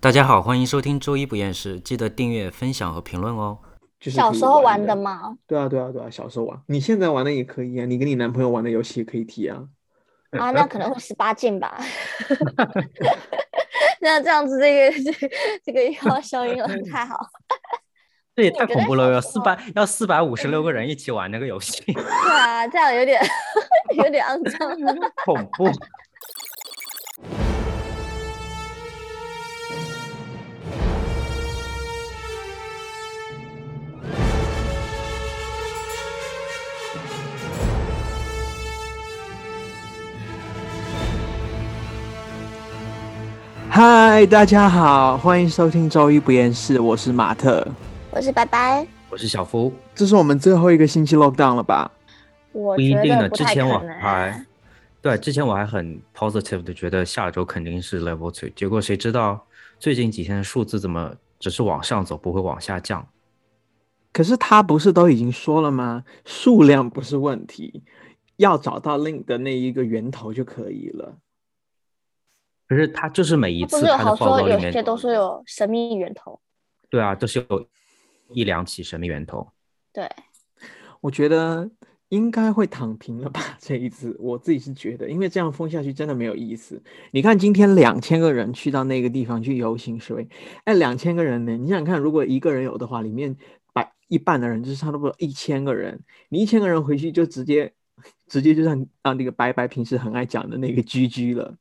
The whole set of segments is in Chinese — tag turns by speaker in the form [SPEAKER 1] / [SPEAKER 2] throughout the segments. [SPEAKER 1] 大家好，欢迎收听周一不厌世，记得订阅、分享和评论哦。
[SPEAKER 2] 就是
[SPEAKER 3] 小
[SPEAKER 2] 可以
[SPEAKER 3] 时候
[SPEAKER 2] 玩
[SPEAKER 3] 玩的嘛，
[SPEAKER 2] 对啊，对啊，对啊，小时候玩，你现在玩的也可以啊，你跟你男朋友玩的游戏也可以提啊。
[SPEAKER 3] 啊，那可能会十八禁 吧。 那这样子，这个这个这个要效应很太好。
[SPEAKER 1] 这也
[SPEAKER 3] 我
[SPEAKER 1] 太
[SPEAKER 3] 觉
[SPEAKER 1] 恐
[SPEAKER 3] 得
[SPEAKER 1] 怖了，
[SPEAKER 3] 小
[SPEAKER 1] 要
[SPEAKER 3] 时
[SPEAKER 1] 四
[SPEAKER 3] 候
[SPEAKER 1] 百要四百五十六个人一起玩那个游戏，
[SPEAKER 3] 对啊，这样有点 有点肮脏。
[SPEAKER 1] 恐怖。啊
[SPEAKER 2] 嗨，大家好，欢迎收听周一不厌世，我是马特。
[SPEAKER 3] 我是白白，
[SPEAKER 1] 我是小夫，
[SPEAKER 2] 这是我们最后一个星期 lockdown 了吧？
[SPEAKER 3] 我
[SPEAKER 1] 不一
[SPEAKER 3] 觉
[SPEAKER 1] 定
[SPEAKER 3] 得
[SPEAKER 1] 呢。
[SPEAKER 3] 不
[SPEAKER 1] 之
[SPEAKER 3] 太
[SPEAKER 1] 前我
[SPEAKER 3] 可能
[SPEAKER 1] 还
[SPEAKER 3] 欸。
[SPEAKER 1] 哎对，之前我还很 positive 的觉得下周肯定是 level three，结果谁知道最近几天的数字怎么只是往上走，不会往下降？
[SPEAKER 2] 可是他不是都已经说了吗？数量不是问题，要找到 link 的那一个源头就可以了。
[SPEAKER 1] 可是他就是每一
[SPEAKER 3] 他不
[SPEAKER 1] 次
[SPEAKER 3] 是有
[SPEAKER 1] 他的
[SPEAKER 3] 好
[SPEAKER 1] 报
[SPEAKER 3] 说
[SPEAKER 1] 告里
[SPEAKER 3] 有
[SPEAKER 1] 面，
[SPEAKER 3] 些都是有神秘源头，
[SPEAKER 1] 对啊，都是有一两起神秘源头。
[SPEAKER 3] 对，
[SPEAKER 2] 我觉得应该会躺平了吧，这一次我自己是觉得，因为这样封下去真的没有意思。你看今天两千个人去到那个地方去游行示威，哎，两千个人呢，你想想看，如果一个人有的话，里面把一半的人就是差不多一千个人，你一千个人回去就直接直接就像啊那个白白平时很爱讲的那个 GG 了。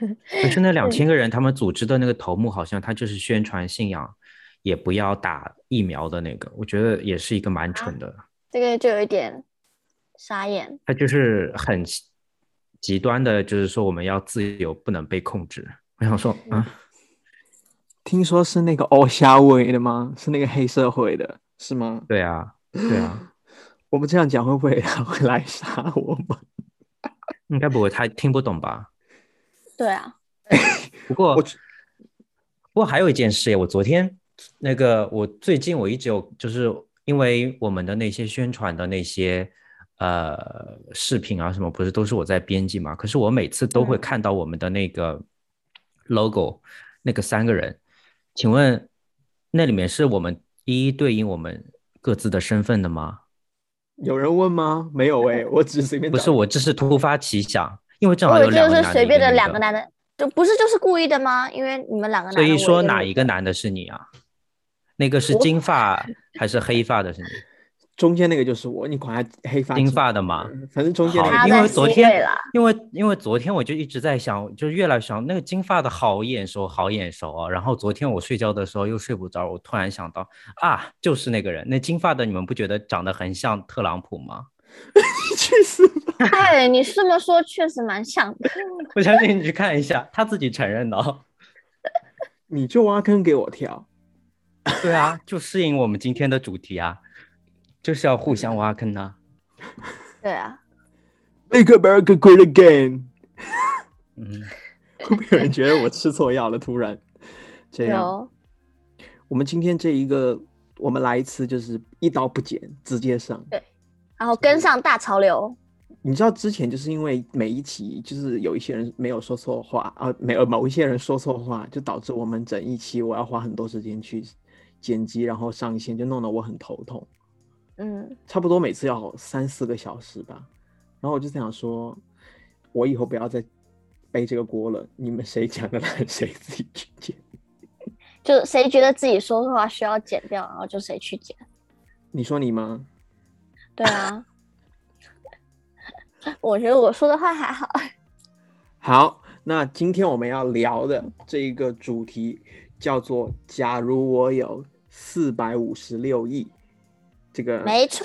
[SPEAKER 1] 可是 那两
[SPEAKER 3] 对
[SPEAKER 1] 千个人，他们组织的那个头目好像他就是宣传信仰，也不要打疫苗的那个，我觉得也是一个蛮蠢的，
[SPEAKER 3] 这个就有一点傻眼。
[SPEAKER 1] 他就是很极极端的，就是说我们要自由，不能被控制。我想说啊，
[SPEAKER 2] 听说是那个欧夏伟的吗？是那个黑社会的，是吗？
[SPEAKER 1] 对啊，对啊，
[SPEAKER 2] 我们这样讲会 不会他会来杀我们？
[SPEAKER 1] 应该不会，他听不懂吧？
[SPEAKER 3] 对啊，
[SPEAKER 1] 不过，
[SPEAKER 2] 我
[SPEAKER 1] 不过还有一件事耶，我昨天那个，我最近我一直有，就是因为我们的那些宣传的那些呃视频啊什么，不是都是我在编辑嘛？可是我每次都会
[SPEAKER 3] 嗯
[SPEAKER 1] 看到我们的那个 logo，、那个三个人，请问那里面是我们一一对应我们各自的身份的吗？
[SPEAKER 2] 有人问吗？没有哎、我只是随便
[SPEAKER 1] 不
[SPEAKER 2] 找
[SPEAKER 1] 是，我这是突发奇想，因为正好
[SPEAKER 3] 我
[SPEAKER 1] 有
[SPEAKER 3] 就
[SPEAKER 1] 两个
[SPEAKER 3] 是
[SPEAKER 1] 男的，
[SPEAKER 3] 随
[SPEAKER 1] 一
[SPEAKER 3] 便
[SPEAKER 1] 个
[SPEAKER 3] 的
[SPEAKER 1] 女
[SPEAKER 3] 两
[SPEAKER 1] 的
[SPEAKER 3] 个男的，就不是就是故意的吗？因为你们两个男
[SPEAKER 1] 所
[SPEAKER 3] 的，
[SPEAKER 1] 以说哪
[SPEAKER 3] 一
[SPEAKER 1] 一个男的是你啊？那个是
[SPEAKER 3] 我
[SPEAKER 1] 金发还是黑发 的？是你？
[SPEAKER 2] 中间那个就是我，你管他黑发
[SPEAKER 1] 金
[SPEAKER 2] 直
[SPEAKER 1] 发的嘛
[SPEAKER 2] 嗯反正中间
[SPEAKER 1] 好
[SPEAKER 2] 那
[SPEAKER 3] 他
[SPEAKER 2] 个
[SPEAKER 1] 因
[SPEAKER 3] 在
[SPEAKER 1] 为昨
[SPEAKER 3] 吸
[SPEAKER 1] 天
[SPEAKER 3] 味啦
[SPEAKER 1] 因为因为昨天我就一直在想，就是越来越想那个金发的好眼熟，好眼熟啊。然后昨天我睡觉的时候又睡不着，我突然想到啊，就是那个人。那金发的你们不觉得长得很像特朗普吗？
[SPEAKER 2] 去死吧！
[SPEAKER 3] 个。哎，你这么说确实蛮像的。
[SPEAKER 1] 我相信你去看一下，他自己承认的哦。
[SPEAKER 2] 你就挖坑给我跳。
[SPEAKER 1] 对啊，就适应我们今天的主题啊，就是要互相挖坑啊。
[SPEAKER 3] 对啊，
[SPEAKER 2] Make America Great Again。
[SPEAKER 1] 嗯，
[SPEAKER 2] 会不会有人觉得我吃错药了？突然这样，
[SPEAKER 3] 有
[SPEAKER 2] 我们今天这一个，我们来一次就是一刀不剪，直接上。
[SPEAKER 3] 然后跟上大潮流，
[SPEAKER 2] 你知道之前就是因为每一期就是有一些人没有说错话啊，没有某一些人说错话，就导致我们整一期我要花很多时间去剪辑，然后上线，就弄得我很头痛。
[SPEAKER 3] 嗯，
[SPEAKER 2] 差不多每次要三四个小时吧。然后我就想说，我以后不要再背这个锅了，你们谁讲的烂谁自己去剪。
[SPEAKER 3] 就谁觉得自己说错话需要剪掉，然后就谁去剪。
[SPEAKER 2] 你说你吗？
[SPEAKER 3] 对啊， 我觉得我说的话还好。
[SPEAKER 2] 好，那今天我们要聊的这一个主题叫做“假如我有四百五十六亿”，这个
[SPEAKER 3] 没错，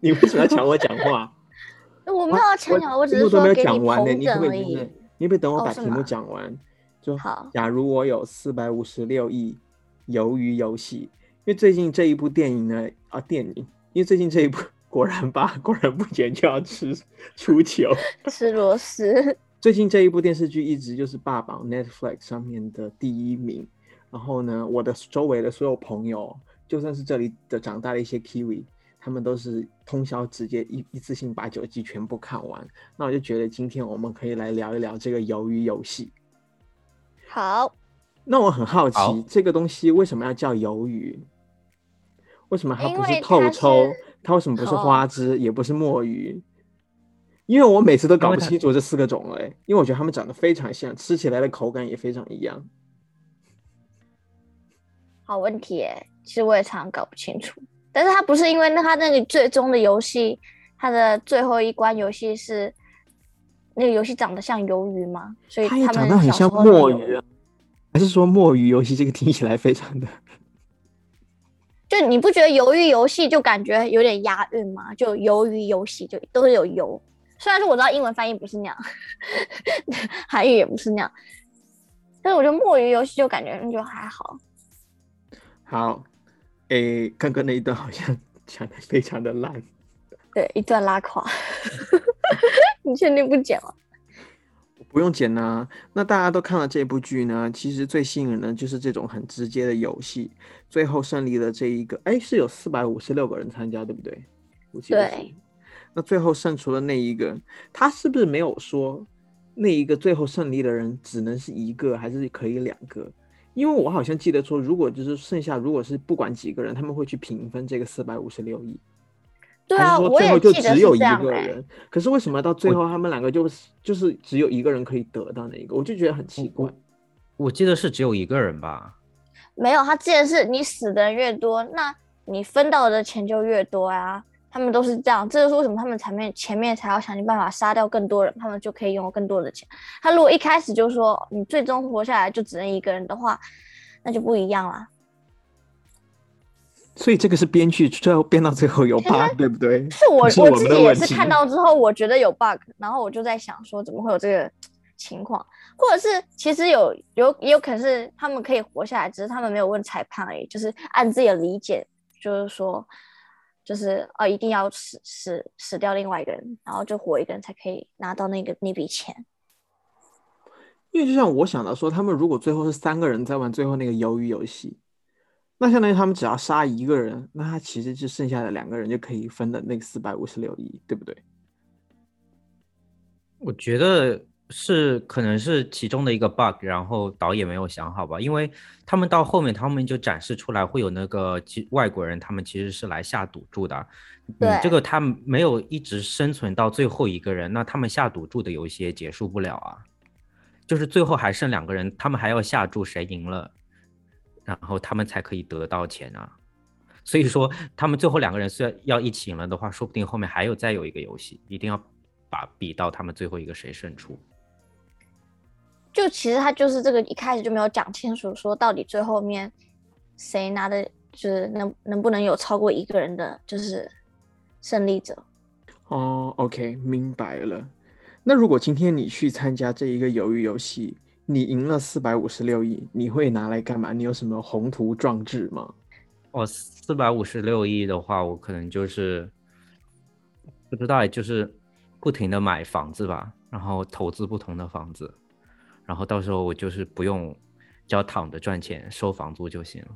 [SPEAKER 2] 你为什么要抢我讲话？
[SPEAKER 3] 我 没有强调，我只
[SPEAKER 2] 题目
[SPEAKER 3] 是
[SPEAKER 2] 哦都没
[SPEAKER 3] 说
[SPEAKER 2] 有
[SPEAKER 3] 给
[SPEAKER 2] 讲完呢，
[SPEAKER 3] 同
[SPEAKER 2] 你可
[SPEAKER 3] 整
[SPEAKER 2] 不可
[SPEAKER 3] 而
[SPEAKER 2] 以就是
[SPEAKER 3] 已。？
[SPEAKER 2] 你可不可以等我
[SPEAKER 3] 哦
[SPEAKER 2] 把
[SPEAKER 3] 是
[SPEAKER 2] 题目
[SPEAKER 3] 吗
[SPEAKER 2] 讲完？就
[SPEAKER 3] 好
[SPEAKER 2] 假如我有四百五十六亿鱿鱼游戏，因为最近这一部电影呢，啊，电影，因为最近这一部 果然吧，果然不剪就要吃出糗。
[SPEAKER 3] 吃螺丝，
[SPEAKER 2] 最近这一部电视剧一直就是霸榜 Netflix 上面的第一名。然后呢，我的周围的所有朋友，就算是这里的长大的一些 Kiwi，他们都是通宵直接一一次性把九季全部看完。那我就觉得今天我们可以来聊一聊这个鱿鱼游戏。
[SPEAKER 3] 好，
[SPEAKER 2] 那我很好奇
[SPEAKER 1] 好，
[SPEAKER 2] 这个东西为什么要叫鱿鱼？为什么它
[SPEAKER 3] 因
[SPEAKER 2] 不是
[SPEAKER 3] 为
[SPEAKER 2] 透
[SPEAKER 3] 它
[SPEAKER 2] 抽
[SPEAKER 3] 是？
[SPEAKER 2] 它为什么不是
[SPEAKER 3] 哦
[SPEAKER 2] 花枝，也不是墨鱼？因为我每次都搞
[SPEAKER 1] 因为
[SPEAKER 2] 不
[SPEAKER 1] 它
[SPEAKER 2] 清楚这四个种类，因为我觉得它们长得非常像，吃起来的口感也非常一样。
[SPEAKER 3] 好问题耶。其实我也常常搞不清楚，但是它不是因为那它那个最终的游戏，它的最后一关游戏是那个游戏长得像鱿鱼吗？所以
[SPEAKER 2] 它也
[SPEAKER 3] 他
[SPEAKER 2] 长
[SPEAKER 3] 们
[SPEAKER 2] 得很
[SPEAKER 3] 小时
[SPEAKER 2] 像
[SPEAKER 3] 候都
[SPEAKER 2] 墨
[SPEAKER 3] 有
[SPEAKER 2] 鱼啊，还是说墨鱼游戏这个听起来非常的？
[SPEAKER 3] 就你不觉得鱿鱼游戏就感觉有点押韵吗？就鱿鱼游戏就都是有游，虽然说我知道英文翻译不是那样， 韩语也不是那样，但是我觉得墨鱼游戏就感觉嗯就还好。
[SPEAKER 2] 好，诶，刚刚那一段好像讲的非常的烂。
[SPEAKER 3] 对，一段拉垮。 你确定不剪吗？
[SPEAKER 2] 不用剪呐、那大家都看了这部剧呢，其实最吸引人的就是这种很直接的游戏，最后胜利的这一个，哎，是有四百五十六个人参加，对不对？我记得是
[SPEAKER 3] 对。
[SPEAKER 2] 那最后胜出的那一个，他是不是没有说那一个最后胜利的人只能是一个，还是可以两个？因为我好像记得说，如果就是剩下如果是不管几个人，他们会去平分这个四百五十六亿。
[SPEAKER 3] 对
[SPEAKER 2] 还是
[SPEAKER 3] 啊，
[SPEAKER 2] 说
[SPEAKER 3] 我
[SPEAKER 2] 最后
[SPEAKER 3] 也
[SPEAKER 2] 就
[SPEAKER 3] 记得
[SPEAKER 2] 只
[SPEAKER 3] 是
[SPEAKER 2] 有
[SPEAKER 3] 这
[SPEAKER 2] 一
[SPEAKER 3] 样
[SPEAKER 2] 个
[SPEAKER 3] 哎、
[SPEAKER 2] 人，可是为什么到最后他们两个就是就是只有一个人可以得到那一个？我就觉得很奇怪。
[SPEAKER 1] 我记得是只有一个人吧？
[SPEAKER 3] 没有，他之前是你死的人越多，那你分到的钱就越多啊。他们都是这样，这就是为什么他们前面前面才要想尽办法杀掉更多人，他们就可以拥有更多的钱。他如果一开始就说你最终活下来就只能一个人的话，那就不一样啦。
[SPEAKER 2] 所以这个是编剧最后编到最后有 bug，对不对？
[SPEAKER 3] 是我
[SPEAKER 2] 是
[SPEAKER 3] 我
[SPEAKER 2] 我
[SPEAKER 3] 自
[SPEAKER 2] 们的
[SPEAKER 3] 己也
[SPEAKER 2] 问
[SPEAKER 3] 是
[SPEAKER 2] 题
[SPEAKER 3] 看到之后，我觉得有 bug，然后我就在想说怎么会有这个情况，或者是其实有有也有可能是他们可以活下来，只是他们没有问裁判而已，就是按自己的理解，就是说就是哦一定要死死死掉另外一个人，然后就活一个人才可以拿到那个那笔钱。
[SPEAKER 2] 因为就像我想到说，他们如果最后是三个人在玩最后那个鱿鱼游戏，那相当于他们只要杀一个人，那他其实就剩下的两个人就可以分的那个四百五十六亿，对不对？
[SPEAKER 1] 我觉得是，可能是其中的一个 bug，然后导演没有想好吧，因为他们到后面他们就展示出来会有那个其外国人，他们其实是来下赌注的。你
[SPEAKER 3] 对
[SPEAKER 1] 这个他们没有一直生存到最后一个人，那他们下赌注的游戏也结束不了啊。就是最后还剩两个人，他们还要下注谁赢了，然后他们才可以得到钱啊。所以说，他们最后两个人虽然要一起赢了的话，说不定后面还有再有一个游戏，一定要把比到他们最后一个谁胜出。
[SPEAKER 3] 就其实他就是这个一开始就没有讲清楚，说到底最后面谁拿的，就是能能不能有超过一个人的，就是胜利者。
[SPEAKER 2] 哦，OK，明白了。那如果今天你去参加这一个鱿鱼游戏，你赢了四百五十六亿，你会拿来干嘛？你有什么宏图壮志吗？
[SPEAKER 1] 哦，四百五十六亿的话，我可能就是不知道哎，就是不停的买房子吧，然后投资不同的房子，然后到时候我就是不用只要躺着赚钱收房租就行了，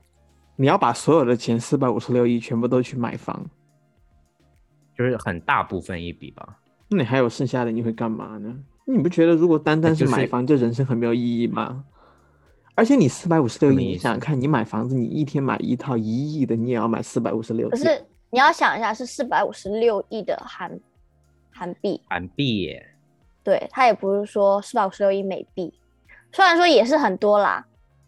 [SPEAKER 2] 你要把所有的钱四百五十六亿全部都去买房，
[SPEAKER 1] 就是很大部分一笔吧。
[SPEAKER 2] 那你还有剩下的你会干嘛呢？你不觉得如果单单是
[SPEAKER 1] 哎就是
[SPEAKER 2] 买房，这人生很没有意义吗？而且你四百五十六亿，
[SPEAKER 1] 什么意
[SPEAKER 2] 你
[SPEAKER 1] 思
[SPEAKER 2] 想想看，你买房子，你一天买一套一亿的，你也要买四百五十六亿。
[SPEAKER 3] 可是你要想一下，是四百五十六亿的韩韩币，
[SPEAKER 1] 韩币耶，
[SPEAKER 3] 对，它也不是说四百五十六亿美币，虽然说也是很多啦，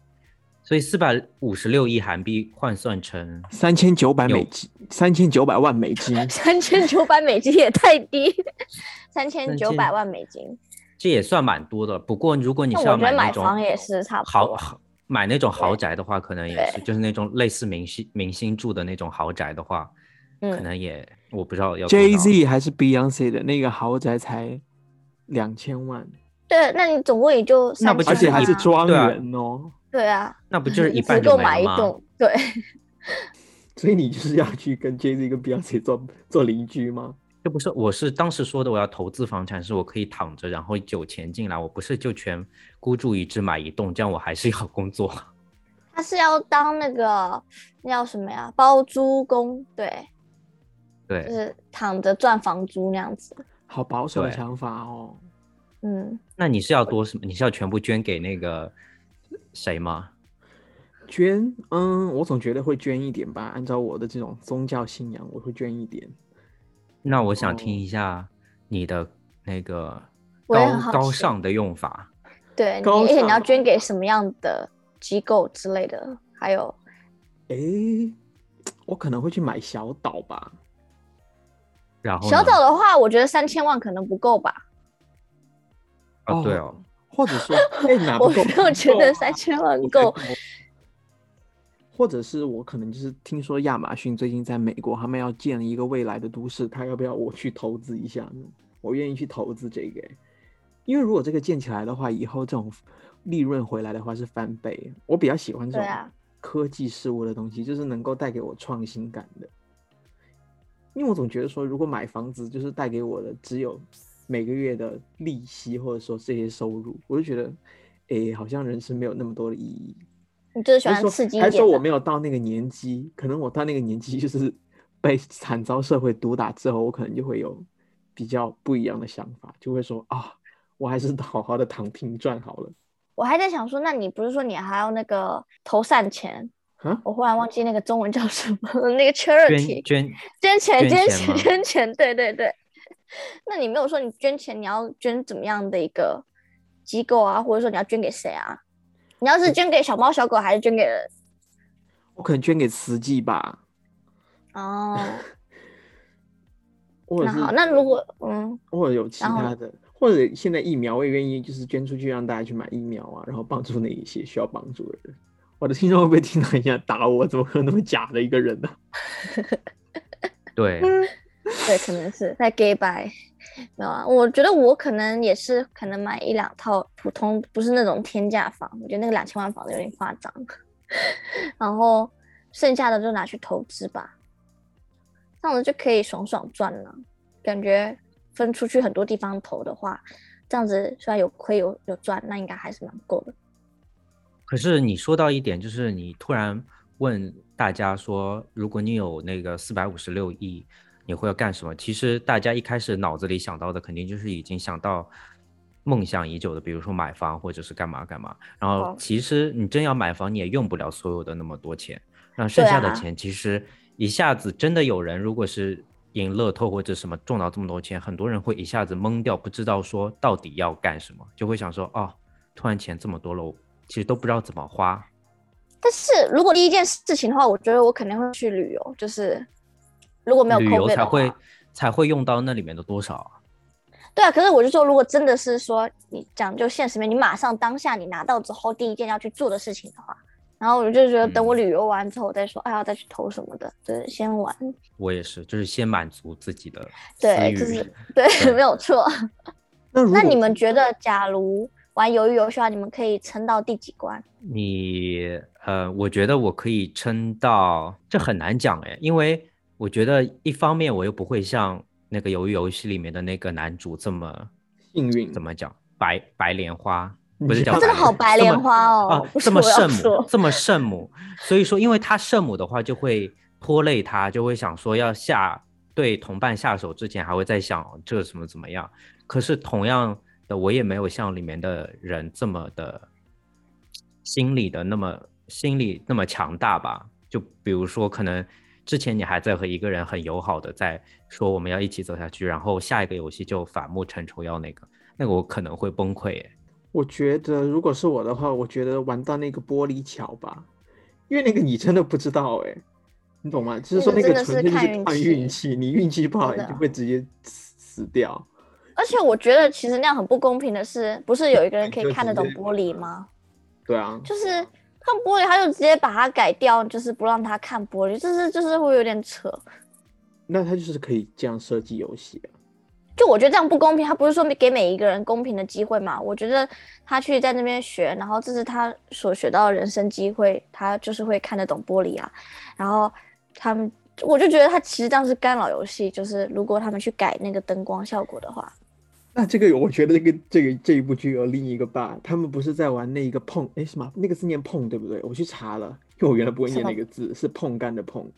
[SPEAKER 1] 所以四百五十六亿韩币换算成
[SPEAKER 2] 三千九百美
[SPEAKER 1] 有
[SPEAKER 2] 金，三千九百万美金，
[SPEAKER 3] 三千九百美金也太低， 三千九百万美金。
[SPEAKER 1] 这也算蛮多的。不过如果你
[SPEAKER 3] 那
[SPEAKER 1] 是
[SPEAKER 3] 我
[SPEAKER 1] 要
[SPEAKER 3] 觉
[SPEAKER 1] 买
[SPEAKER 3] 得
[SPEAKER 1] 那
[SPEAKER 3] 买
[SPEAKER 1] 种
[SPEAKER 3] 房也是差不
[SPEAKER 1] 豪
[SPEAKER 3] 多。
[SPEAKER 1] 豪买那种豪宅的话，可能也
[SPEAKER 3] 对
[SPEAKER 1] 是就是那种类似明星明星住的那种豪宅的话，可
[SPEAKER 3] 嗯，
[SPEAKER 1] 能也我不知道要多少
[SPEAKER 2] Jay Z 还是 Beyonce 的那个豪宅才两千万，
[SPEAKER 3] 对，那你总共也就
[SPEAKER 1] 那
[SPEAKER 3] 三
[SPEAKER 1] 不就
[SPEAKER 3] 千、啊，
[SPEAKER 2] 而且还是庄
[SPEAKER 1] 对啊
[SPEAKER 2] 园哦，
[SPEAKER 3] 对啊，
[SPEAKER 1] 那不 就是一
[SPEAKER 3] 只
[SPEAKER 1] 半
[SPEAKER 3] 够
[SPEAKER 1] 就
[SPEAKER 3] 买
[SPEAKER 1] 没
[SPEAKER 3] 一
[SPEAKER 1] 了吗？
[SPEAKER 3] 栋，对，
[SPEAKER 2] 所以你就是要去跟 Jay Z 跟 Beyonce 做做邻居吗？
[SPEAKER 1] 这不是我是当时说的，我要投资房产，是我可以躺着，然后有钱进来，我不是就全孤注一掷买一栋，这样我还是要工作。
[SPEAKER 3] 他是要当那个那叫什么呀？包租公，对，就
[SPEAKER 1] 对，
[SPEAKER 3] 是躺着赚房租那样子。
[SPEAKER 2] 好保守的
[SPEAKER 1] 对
[SPEAKER 2] 想法哦。
[SPEAKER 3] 嗯，
[SPEAKER 1] 那你是要多什么？你是要全部捐给那个谁吗？
[SPEAKER 2] 捐，嗯，我总觉得会捐一点吧。按照我的这种宗教信仰，我会捐一点。
[SPEAKER 1] 那我想听
[SPEAKER 2] 哦
[SPEAKER 1] 一下你的那个
[SPEAKER 3] 我也很
[SPEAKER 1] 高
[SPEAKER 3] 好
[SPEAKER 1] 高
[SPEAKER 3] 奇
[SPEAKER 1] 尚的用法。
[SPEAKER 3] 对，你
[SPEAKER 2] 高
[SPEAKER 3] 而且你
[SPEAKER 2] 尚啊
[SPEAKER 3] 要捐给什么样的机构之类的，还有
[SPEAKER 2] 诶，我可能会去买小岛吧。
[SPEAKER 1] 然后
[SPEAKER 3] 小
[SPEAKER 1] 呢
[SPEAKER 3] 岛的话，我觉得三千万可能不够吧，
[SPEAKER 1] 哦，对
[SPEAKER 2] 哦
[SPEAKER 1] 哦，
[SPEAKER 2] 或者 说，哎， 哪
[SPEAKER 3] 我
[SPEAKER 2] 不够？
[SPEAKER 3] 没有觉
[SPEAKER 2] 够
[SPEAKER 3] 得
[SPEAKER 2] 啊
[SPEAKER 3] 三千万
[SPEAKER 2] 我觉得
[SPEAKER 3] 够
[SPEAKER 2] 我。或者是我可能就是听说亚马逊最近在美国，他们要建一个未来的都市，他要不要我去投资一下呢？我愿意去投资这个欸，因为如果这个建起来的话，以后这种利润回来的话是翻倍。欸我比较喜欢这
[SPEAKER 3] 对
[SPEAKER 2] 种
[SPEAKER 3] 啊
[SPEAKER 2] 科技事物的东西，就是能够带给我创新感的。因为我总觉得说，如果买房子就是带给我的只有每个月的利息或者说这些收入，我就觉得，诶，好像人生没有那么多的意义。
[SPEAKER 3] 你就是喜
[SPEAKER 2] 还
[SPEAKER 3] 欢
[SPEAKER 2] 说
[SPEAKER 3] 刺激一
[SPEAKER 2] 还
[SPEAKER 3] 点
[SPEAKER 2] 说我
[SPEAKER 3] 的，
[SPEAKER 2] 没有到那个年纪，可能我到那个年纪就是 被惨遭社会毒打之后，我可能就会有比较不一样的想法，就会说啊，我还是 好好的躺平赚好了
[SPEAKER 3] 我还在想说，那你不是说你还要那个投散钱？
[SPEAKER 2] 啊。
[SPEAKER 3] 我忽然忘记那个中文叫什么了，那个 charity
[SPEAKER 1] 捐捐
[SPEAKER 3] 捐钱
[SPEAKER 1] 捐
[SPEAKER 3] 捐
[SPEAKER 1] 钱吗
[SPEAKER 3] 钱捐钱，对对对。那你没有说你捐钱，你要捐怎么样的一个机构啊，或者说你要捐给谁啊？你要是捐给小猫小狗，还是捐给人？
[SPEAKER 2] 我可能捐给慈济吧，
[SPEAKER 3] 哦，
[SPEAKER 2] 或者
[SPEAKER 3] 那
[SPEAKER 2] 是
[SPEAKER 3] 好，那如果嗯，
[SPEAKER 2] 或者有其
[SPEAKER 3] 然后
[SPEAKER 2] 他的，或者现在疫苗我也愿意就是捐出去让大家去买疫苗啊，然后帮助那一些需要帮助的人。我的听众会不会听到人家打我？怎么可能那么假的一个人呢、
[SPEAKER 1] 对，
[SPEAKER 3] 嗯对，可能是在 gay 白，没有啊。我觉得我可能也是，可能买一两套普通，不是那种天价房。我觉得那个两千万房子有点夸张， 然后剩下的就拿去投资吧，这样子就可以爽爽赚了。感觉分出去很多地方投的话，这样子虽然有亏有有赚，那应该还是蛮够的。
[SPEAKER 1] 可是你说到一点，就是你突然问大家说，如果你有那个四百五十六亿，你会要干什么？其实大家一开始脑子里想到的，肯定就是已经想到梦想已久的，比如说买房或者是干嘛干嘛。然后
[SPEAKER 3] 哦
[SPEAKER 1] 其实你真要买房，你也用不了所有的那么多钱，那剩
[SPEAKER 3] 对
[SPEAKER 1] 下的
[SPEAKER 3] 啊
[SPEAKER 1] 钱其实一下子真的有人如果是。赢乐透或者什么中到这么多钱，很多人会一下子懵掉，不知道说到底要干什么，就会想说哦，突然钱这么多了，我其实都不知道怎么花。
[SPEAKER 3] 但是如果第一件事情的话，我觉得我肯定会去旅游，就是如果没有
[SPEAKER 1] 旅游
[SPEAKER 3] COVID
[SPEAKER 1] 才
[SPEAKER 3] 的话
[SPEAKER 1] 会才会用到那里面的多少啊？
[SPEAKER 3] 对啊，可是我就说，如果真的是说你讲究现实面，你马上当下你拿到之后，第一件要去做的事情的话，然后我就觉得等我
[SPEAKER 1] 嗯
[SPEAKER 3] 旅游完之后我再说，哎呀，再去投什么的，就是先玩。
[SPEAKER 1] 我也是，就是先满足自己的私
[SPEAKER 3] 对，
[SPEAKER 1] 欲。
[SPEAKER 3] 就是对，
[SPEAKER 1] 对
[SPEAKER 3] 没有错。
[SPEAKER 2] 那如果
[SPEAKER 3] 那你 们觉得，假如玩鱿鱼游戏的话，你们可以撑到第几关？
[SPEAKER 1] 你呃，我觉得我可以撑到，这很难讲哎，因为我觉得一方面我又不会像那个鱿鱼游戏里面的那个男主这么
[SPEAKER 2] 幸运
[SPEAKER 1] 怎么讲白白莲花，不是
[SPEAKER 2] 你
[SPEAKER 1] 叫白
[SPEAKER 2] 这
[SPEAKER 3] 我真的
[SPEAKER 1] 莲
[SPEAKER 3] 好白
[SPEAKER 1] 这么
[SPEAKER 3] 莲花
[SPEAKER 1] 啊
[SPEAKER 3] 哦，不，是
[SPEAKER 1] 这
[SPEAKER 3] 我
[SPEAKER 1] 么
[SPEAKER 3] 要
[SPEAKER 1] 圣母
[SPEAKER 3] 说，，
[SPEAKER 1] 这么圣母，所以说，因为他圣母的话，就会拖累他，就会想说要下对同伴下手之前，还会在想这什么怎么样。可是同样的，我也没有像里面的人这么的心理的那么心理那么强大吧。就比如说，可能之前你还在和一个人很友好的在说我们要一起走下去，然后下一个游戏就反目成仇要那个，那个我可能会崩溃耶。
[SPEAKER 2] 我觉得如果是我的话，我觉得玩到那个玻璃桥吧，因为那个你真的不知道哎、你懂吗？就是说
[SPEAKER 3] 那
[SPEAKER 2] 那
[SPEAKER 3] 个
[SPEAKER 2] 个
[SPEAKER 3] 真的
[SPEAKER 2] 纯
[SPEAKER 3] 是
[SPEAKER 2] 粹就是
[SPEAKER 3] 看运
[SPEAKER 2] 看
[SPEAKER 3] 气
[SPEAKER 2] 运气，你运气不好，
[SPEAKER 3] 真
[SPEAKER 2] 你
[SPEAKER 3] 的
[SPEAKER 2] 就会直接死死掉。
[SPEAKER 3] 而且我觉得其实那样很不公平的是，不是有一个人可
[SPEAKER 2] 就
[SPEAKER 3] 以看
[SPEAKER 2] 直
[SPEAKER 3] 得懂
[SPEAKER 2] 接
[SPEAKER 3] 玻璃吗？
[SPEAKER 2] 对啊，
[SPEAKER 3] 就是看玻璃，他就直接把它改掉，就是不让他看玻璃，这是就是会有点扯。
[SPEAKER 2] 那他就是可以这样设计游戏啊。
[SPEAKER 3] 就我觉得这样不公平，他不是说给每一个人公平的机会嘛？我觉得他去在那边学，然后这是他所学到的人生机会，他就是会看得懂玻璃啊。然后他们，我就觉得他其实这样是干扰游戏，就是如果他们去改那个灯光效果的话，
[SPEAKER 2] 那这个我觉得这个这个这一部剧有另一个 bug，他们不是在玩那一个碰，哎什么那个字念碰对不对？我去查了，因为我原来不会念
[SPEAKER 3] 什么
[SPEAKER 2] 那个字，是碰干的碰，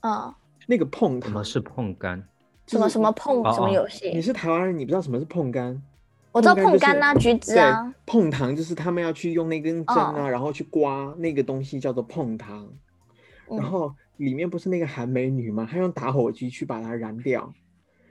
[SPEAKER 3] 嗯，
[SPEAKER 2] 那个碰
[SPEAKER 1] 什么
[SPEAKER 2] 糖
[SPEAKER 1] 是碰杆？
[SPEAKER 2] 就
[SPEAKER 3] 什么
[SPEAKER 2] 是
[SPEAKER 3] 什么碰
[SPEAKER 1] 哦
[SPEAKER 3] 什么
[SPEAKER 1] 哦
[SPEAKER 3] 游
[SPEAKER 2] 嗯你
[SPEAKER 3] 戏，
[SPEAKER 2] 是台湾人，你不知道什么是碰干，
[SPEAKER 3] 我知道
[SPEAKER 2] 碰
[SPEAKER 3] 碰
[SPEAKER 2] 柑就是
[SPEAKER 3] 柑啊、橘子啊，哦
[SPEAKER 2] 对，碰糖就是他们要去用那根针啊，然后去刮那个东西叫做碰糖，然
[SPEAKER 3] 嗯，
[SPEAKER 2] 后里面不是那个韩美女吗？她用打火机去把它燃掉。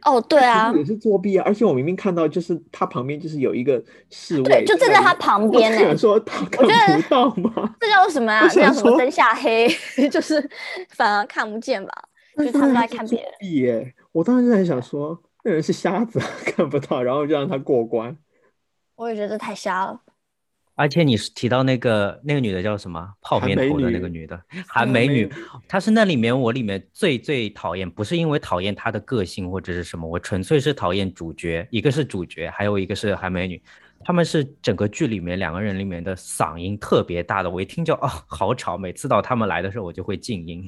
[SPEAKER 3] 哦，对啊
[SPEAKER 2] 其实，也是作弊啊！而且我明明看到，就是她旁边就是有一个侍卫，
[SPEAKER 3] 对，就站在他旁
[SPEAKER 2] 我
[SPEAKER 3] 边呢、欸
[SPEAKER 2] 想说他看
[SPEAKER 3] 我觉得
[SPEAKER 2] 不到吗？
[SPEAKER 3] 这叫什么啊？
[SPEAKER 2] 我
[SPEAKER 3] 这
[SPEAKER 2] 想
[SPEAKER 3] 叫什么
[SPEAKER 2] 说
[SPEAKER 3] 灯下黑？ 就是反而看不见吧？就是他们在看别人。
[SPEAKER 2] 人。耶！我当时就在想说，那人是瞎子，啊 看不到，然后就让他过关。
[SPEAKER 3] 我也觉得太瞎了。
[SPEAKER 1] 而且你是提到那个那个女的叫什么泡
[SPEAKER 2] 韩
[SPEAKER 1] 面
[SPEAKER 2] 美
[SPEAKER 1] 头的那
[SPEAKER 2] 女
[SPEAKER 1] 个女的韩美女，她是那里面我里面最最讨厌，不是因为讨厌她的个性或者是什么，我纯粹是讨厌主角，一个是主角，还有一个是韩美女，他们是整个剧里面两个人里面的嗓音特别大的，我一听就哦好吵，每次到他们来的时候我就会静音，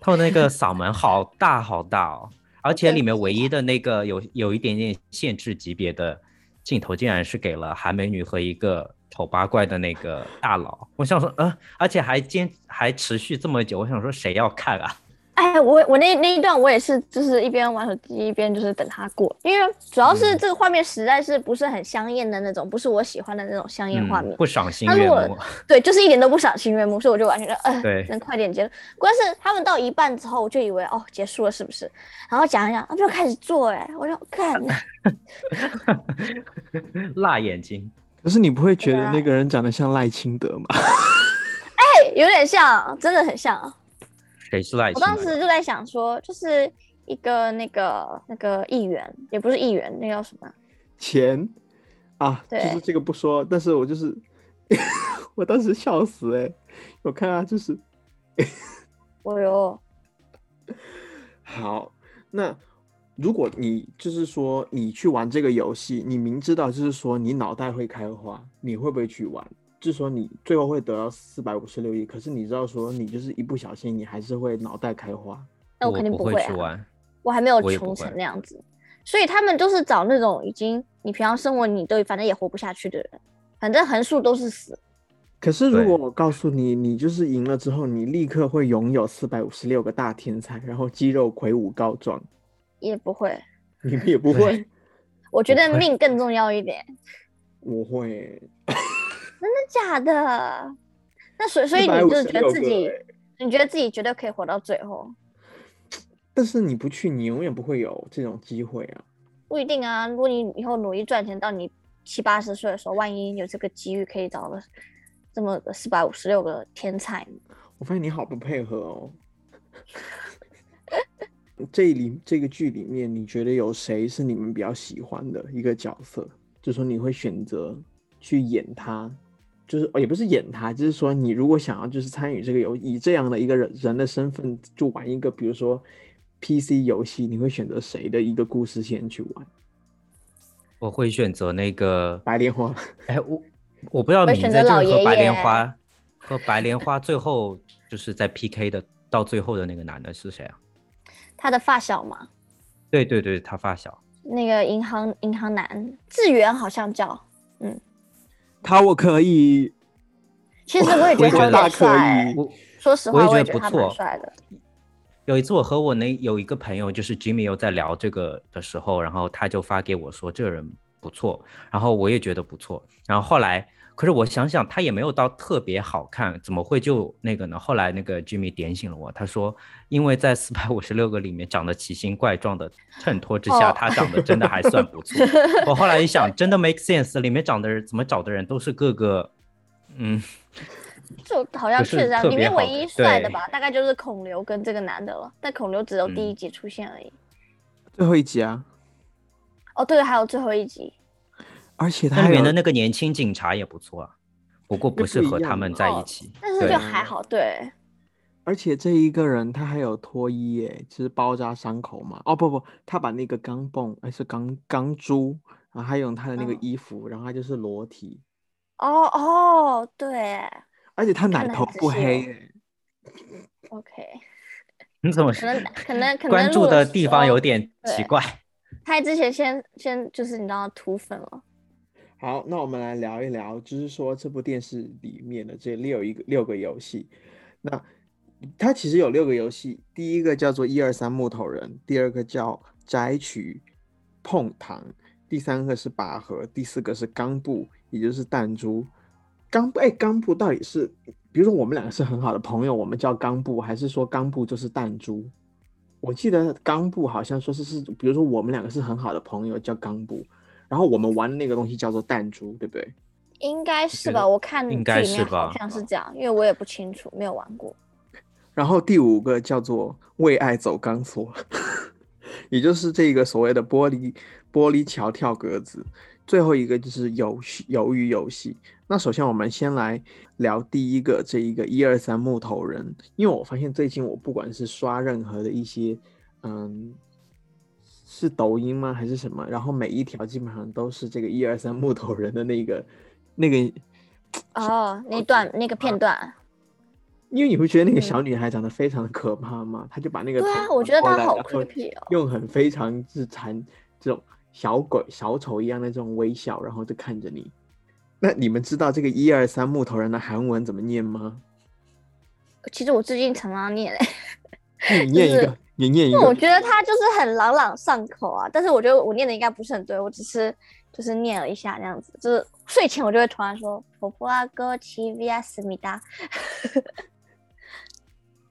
[SPEAKER 1] 他们那个嗓门好大好大哦，而且
[SPEAKER 3] 对
[SPEAKER 1] 里面唯一的那个有有一点点限制级别的镜头，竟然是给了韩美女和一个丑八怪的那个大佬，我想说，呃，而且还坚还持续这么久，我想说谁要看啊？
[SPEAKER 3] 哎，我我那那一段我也是，就是一边玩手机一边就是等它过，因为主要是
[SPEAKER 1] 嗯
[SPEAKER 3] 这个画面实在是不是很香艳的那种，不是我喜欢的那种香艳画面。
[SPEAKER 1] 嗯不赏心
[SPEAKER 3] 那如
[SPEAKER 1] 悦
[SPEAKER 3] 果
[SPEAKER 1] 目，
[SPEAKER 3] 对，就是一点都不赏心悦目，所以我就完全就呃
[SPEAKER 1] 对，
[SPEAKER 3] 能快点结束。关键是他们到一半之后，我就以为哦结束了是不是？然后讲一讲，他们就开始做哎、我就 看
[SPEAKER 1] 辣眼睛。
[SPEAKER 2] 可是你不会觉
[SPEAKER 3] 对
[SPEAKER 2] 得
[SPEAKER 3] 啊
[SPEAKER 2] 那个人长得像赖清德吗？
[SPEAKER 3] 有点像，真的很像。啊
[SPEAKER 1] 谁是赖
[SPEAKER 3] 我
[SPEAKER 1] 清
[SPEAKER 3] 当
[SPEAKER 1] 德
[SPEAKER 3] 时就在想说，就是一个那个那个议员，也不是议员，那叫什么？
[SPEAKER 2] 钱啊，就
[SPEAKER 3] 对
[SPEAKER 2] 是这个不说，但是我就是 我当时笑死哎、我看啊，就是
[SPEAKER 3] 我有
[SPEAKER 2] 好，那如果你就是说你去玩这个游戏，你明知道就是说你脑袋会开花，你会不会去玩？就是说你最后会得到四百五十六亿，可是你知道说你就是一不小心，你还是会脑袋开花。
[SPEAKER 3] 那
[SPEAKER 1] 我
[SPEAKER 3] 肯定
[SPEAKER 1] 不
[SPEAKER 3] 会
[SPEAKER 1] 去
[SPEAKER 3] 啊，
[SPEAKER 1] 玩。
[SPEAKER 3] 我还没有
[SPEAKER 1] 我也不
[SPEAKER 3] 穷
[SPEAKER 1] 会
[SPEAKER 3] 成那样子。所以他们就是找那种已经你平常生活你都反正也活不下去的人，反正横竖都是死。
[SPEAKER 2] 可是如
[SPEAKER 1] 对
[SPEAKER 2] 果我告诉你，你就是赢了之后，你立刻会拥有四百五十六个大天才，然后肌肉魁梧高壮，
[SPEAKER 3] 也不会，
[SPEAKER 2] 你们也不会，
[SPEAKER 3] 我觉
[SPEAKER 1] 不
[SPEAKER 3] 得
[SPEAKER 1] 会
[SPEAKER 3] 命更重要一点。
[SPEAKER 2] 我会。
[SPEAKER 3] 真的假的？那所以所以你
[SPEAKER 2] 456
[SPEAKER 3] 就是觉得自己
[SPEAKER 2] 个欸，
[SPEAKER 3] 你觉得自己绝对可以活到最后，
[SPEAKER 2] 但是你不去，你永远不会有这种机会啊。
[SPEAKER 3] 不一定啊。如果你以后努力赚钱，到你七八十岁的时候，万一有这个机遇可以找到这么四百五十六个天才呢，
[SPEAKER 2] 我发现你好不配合哦。这里这个剧里面，你觉得有谁是你们比较喜欢的一个角色？就说你会选择去演他，就是哦也不是演他，就是说你如果想要就是参与这个游，以这样的一个人人的身份就玩一个，比如说 PC 游戏，你会选择谁的一个故事线去玩？
[SPEAKER 1] 我会选择那个，
[SPEAKER 2] 白莲花，
[SPEAKER 1] 哎，我我不知道
[SPEAKER 3] 我会
[SPEAKER 1] 名字，
[SPEAKER 3] 选择
[SPEAKER 1] 就
[SPEAKER 3] 老
[SPEAKER 1] 是和
[SPEAKER 3] 爷
[SPEAKER 1] 白莲
[SPEAKER 3] 爷
[SPEAKER 1] 花和白莲花最后就是在 PK 的，到最后的那个男的是谁啊？
[SPEAKER 3] 他的发小嘛，
[SPEAKER 1] 对对对，他发小。
[SPEAKER 3] 那个银行银行男志源好像叫，
[SPEAKER 2] 他我可以，
[SPEAKER 3] 其实我也觉
[SPEAKER 1] 我也
[SPEAKER 3] 得
[SPEAKER 1] 觉
[SPEAKER 3] 他
[SPEAKER 1] 得
[SPEAKER 3] 蛮
[SPEAKER 2] 大可
[SPEAKER 3] 帅
[SPEAKER 2] 以
[SPEAKER 3] 欸。
[SPEAKER 1] 我
[SPEAKER 3] 说实
[SPEAKER 1] 我
[SPEAKER 3] 话，
[SPEAKER 1] 也
[SPEAKER 3] 我也
[SPEAKER 1] 觉得不
[SPEAKER 3] 觉得他
[SPEAKER 1] 错
[SPEAKER 3] 蛮帅的。
[SPEAKER 1] 有一次我和我那有一个朋友，就是 Jimmy 有在聊这个的时候，然后他就发给我说这个人不错，然后我也觉得不错，然后后来。可是我想想，他也没有到特别好看，怎么会就那个呢？后来那个 Jimmy 点醒了我，他说，因为在四百五十六个里面长得奇形怪状的衬托之下，
[SPEAKER 3] 哦
[SPEAKER 1] 他长得真的还算不 错。我后来一想，真的 make sense，里面长的人怎么找的人都是各个，嗯，
[SPEAKER 3] 就好像
[SPEAKER 1] 不是
[SPEAKER 3] 确实啊
[SPEAKER 1] 特
[SPEAKER 3] 里
[SPEAKER 1] 别
[SPEAKER 3] 面
[SPEAKER 1] 好
[SPEAKER 3] 唯
[SPEAKER 1] 的
[SPEAKER 3] 一帅的
[SPEAKER 1] 对
[SPEAKER 3] 吧，大概就是孔刘跟这个男的了。但孔刘只有第一
[SPEAKER 1] 嗯
[SPEAKER 3] 集出现而已。
[SPEAKER 2] 最后一集啊，
[SPEAKER 3] 哦，对，还有最后一集，
[SPEAKER 2] 而且
[SPEAKER 1] 那
[SPEAKER 2] 他
[SPEAKER 1] 里
[SPEAKER 2] 还有
[SPEAKER 1] 面的那个年轻警察也不错啊，不过不是和他们在一哦起。
[SPEAKER 3] 但是
[SPEAKER 1] 对
[SPEAKER 3] 就还好，对，
[SPEAKER 2] 而且这一个人他还有脱衣耶，就是包扎伤口嘛。哦不不，他把那个钢镚，哎是钢钢珠，然后他用他的那个
[SPEAKER 3] 嗯
[SPEAKER 2] 衣服，然后他就是裸体，
[SPEAKER 3] 哦哦，对
[SPEAKER 2] 而且他奶
[SPEAKER 3] 得
[SPEAKER 2] 头
[SPEAKER 3] 很仔
[SPEAKER 2] 不
[SPEAKER 3] 细
[SPEAKER 2] 黑
[SPEAKER 3] 哦
[SPEAKER 2] 耶。
[SPEAKER 3] ，OK，
[SPEAKER 1] 你怎么
[SPEAKER 3] 可 能可能可能
[SPEAKER 1] 关注
[SPEAKER 3] 录
[SPEAKER 1] 的
[SPEAKER 3] 的
[SPEAKER 1] 地
[SPEAKER 3] 时
[SPEAKER 1] 方有
[SPEAKER 3] 候
[SPEAKER 1] 点奇
[SPEAKER 3] 对
[SPEAKER 1] 怪？
[SPEAKER 3] 拍之前先先就是你知道涂粉了，
[SPEAKER 2] 好，那我们来聊一聊，就是说这部电视里面的这六一个六个游戏。那它其实有六个游戏，第一个叫做一二三木头人，第二个叫摘取碰糖，第三个是拔河，第四个是冈部，也就是弹珠。冈部哎，冈部到底是，比如说我们两个是很好的朋友，我们叫冈部，还是说冈部就是弹珠？我记得冈部好像说是是，比如说我们两个是很好的朋友，叫冈部，然后我们玩那个东西叫做弹珠，对不对？
[SPEAKER 3] 应该是
[SPEAKER 1] 觉
[SPEAKER 3] 吧？
[SPEAKER 1] 得
[SPEAKER 3] 我看
[SPEAKER 1] 应
[SPEAKER 3] 剧
[SPEAKER 1] 该
[SPEAKER 3] 里面
[SPEAKER 1] 是吧
[SPEAKER 3] 好像是这样，因为我也不清楚，没有玩过。
[SPEAKER 2] 然后第五个叫做为爱走钢索， 也就是这个所谓的玻璃玻璃桥跳格子。最后一个就是游戏鱿鱼游戏。那首先我们先来聊第一个这一个一二三木头人，因为我发现最近我不管是刷任何的一些，嗯，是抖音吗还是什么，然后每一条基本上都是这个一二三木头人的那个那个
[SPEAKER 3] 哦，那段那个片段，
[SPEAKER 2] 因为你会觉得那个
[SPEAKER 3] 嗯
[SPEAKER 2] 小女孩长得非常的可怕嘛，她就把那个
[SPEAKER 3] 对啊
[SPEAKER 2] 头
[SPEAKER 3] 我
[SPEAKER 2] 发
[SPEAKER 3] 觉得
[SPEAKER 2] 包
[SPEAKER 3] 她
[SPEAKER 2] 来
[SPEAKER 3] 好
[SPEAKER 2] 然后
[SPEAKER 3] creepy 哦
[SPEAKER 2] 用很非常自残这种小鬼小丑一样的这种微笑，然后就看着你。那你们知道这个一二三木头人的韩文怎么念吗？
[SPEAKER 3] 其实我最近常常念、欸，
[SPEAKER 2] 那你念一
[SPEAKER 3] 就是
[SPEAKER 2] 个，你念一
[SPEAKER 3] 因为我
[SPEAKER 2] 个。
[SPEAKER 3] 觉得它就是很朗朗上口啊，但是我觉得我念的应该不是很对，我只是就是念了一下那样子，就是睡前我就会突然说“婆婆啊，哥七 V i 思密
[SPEAKER 2] 哎
[SPEAKER 3] 达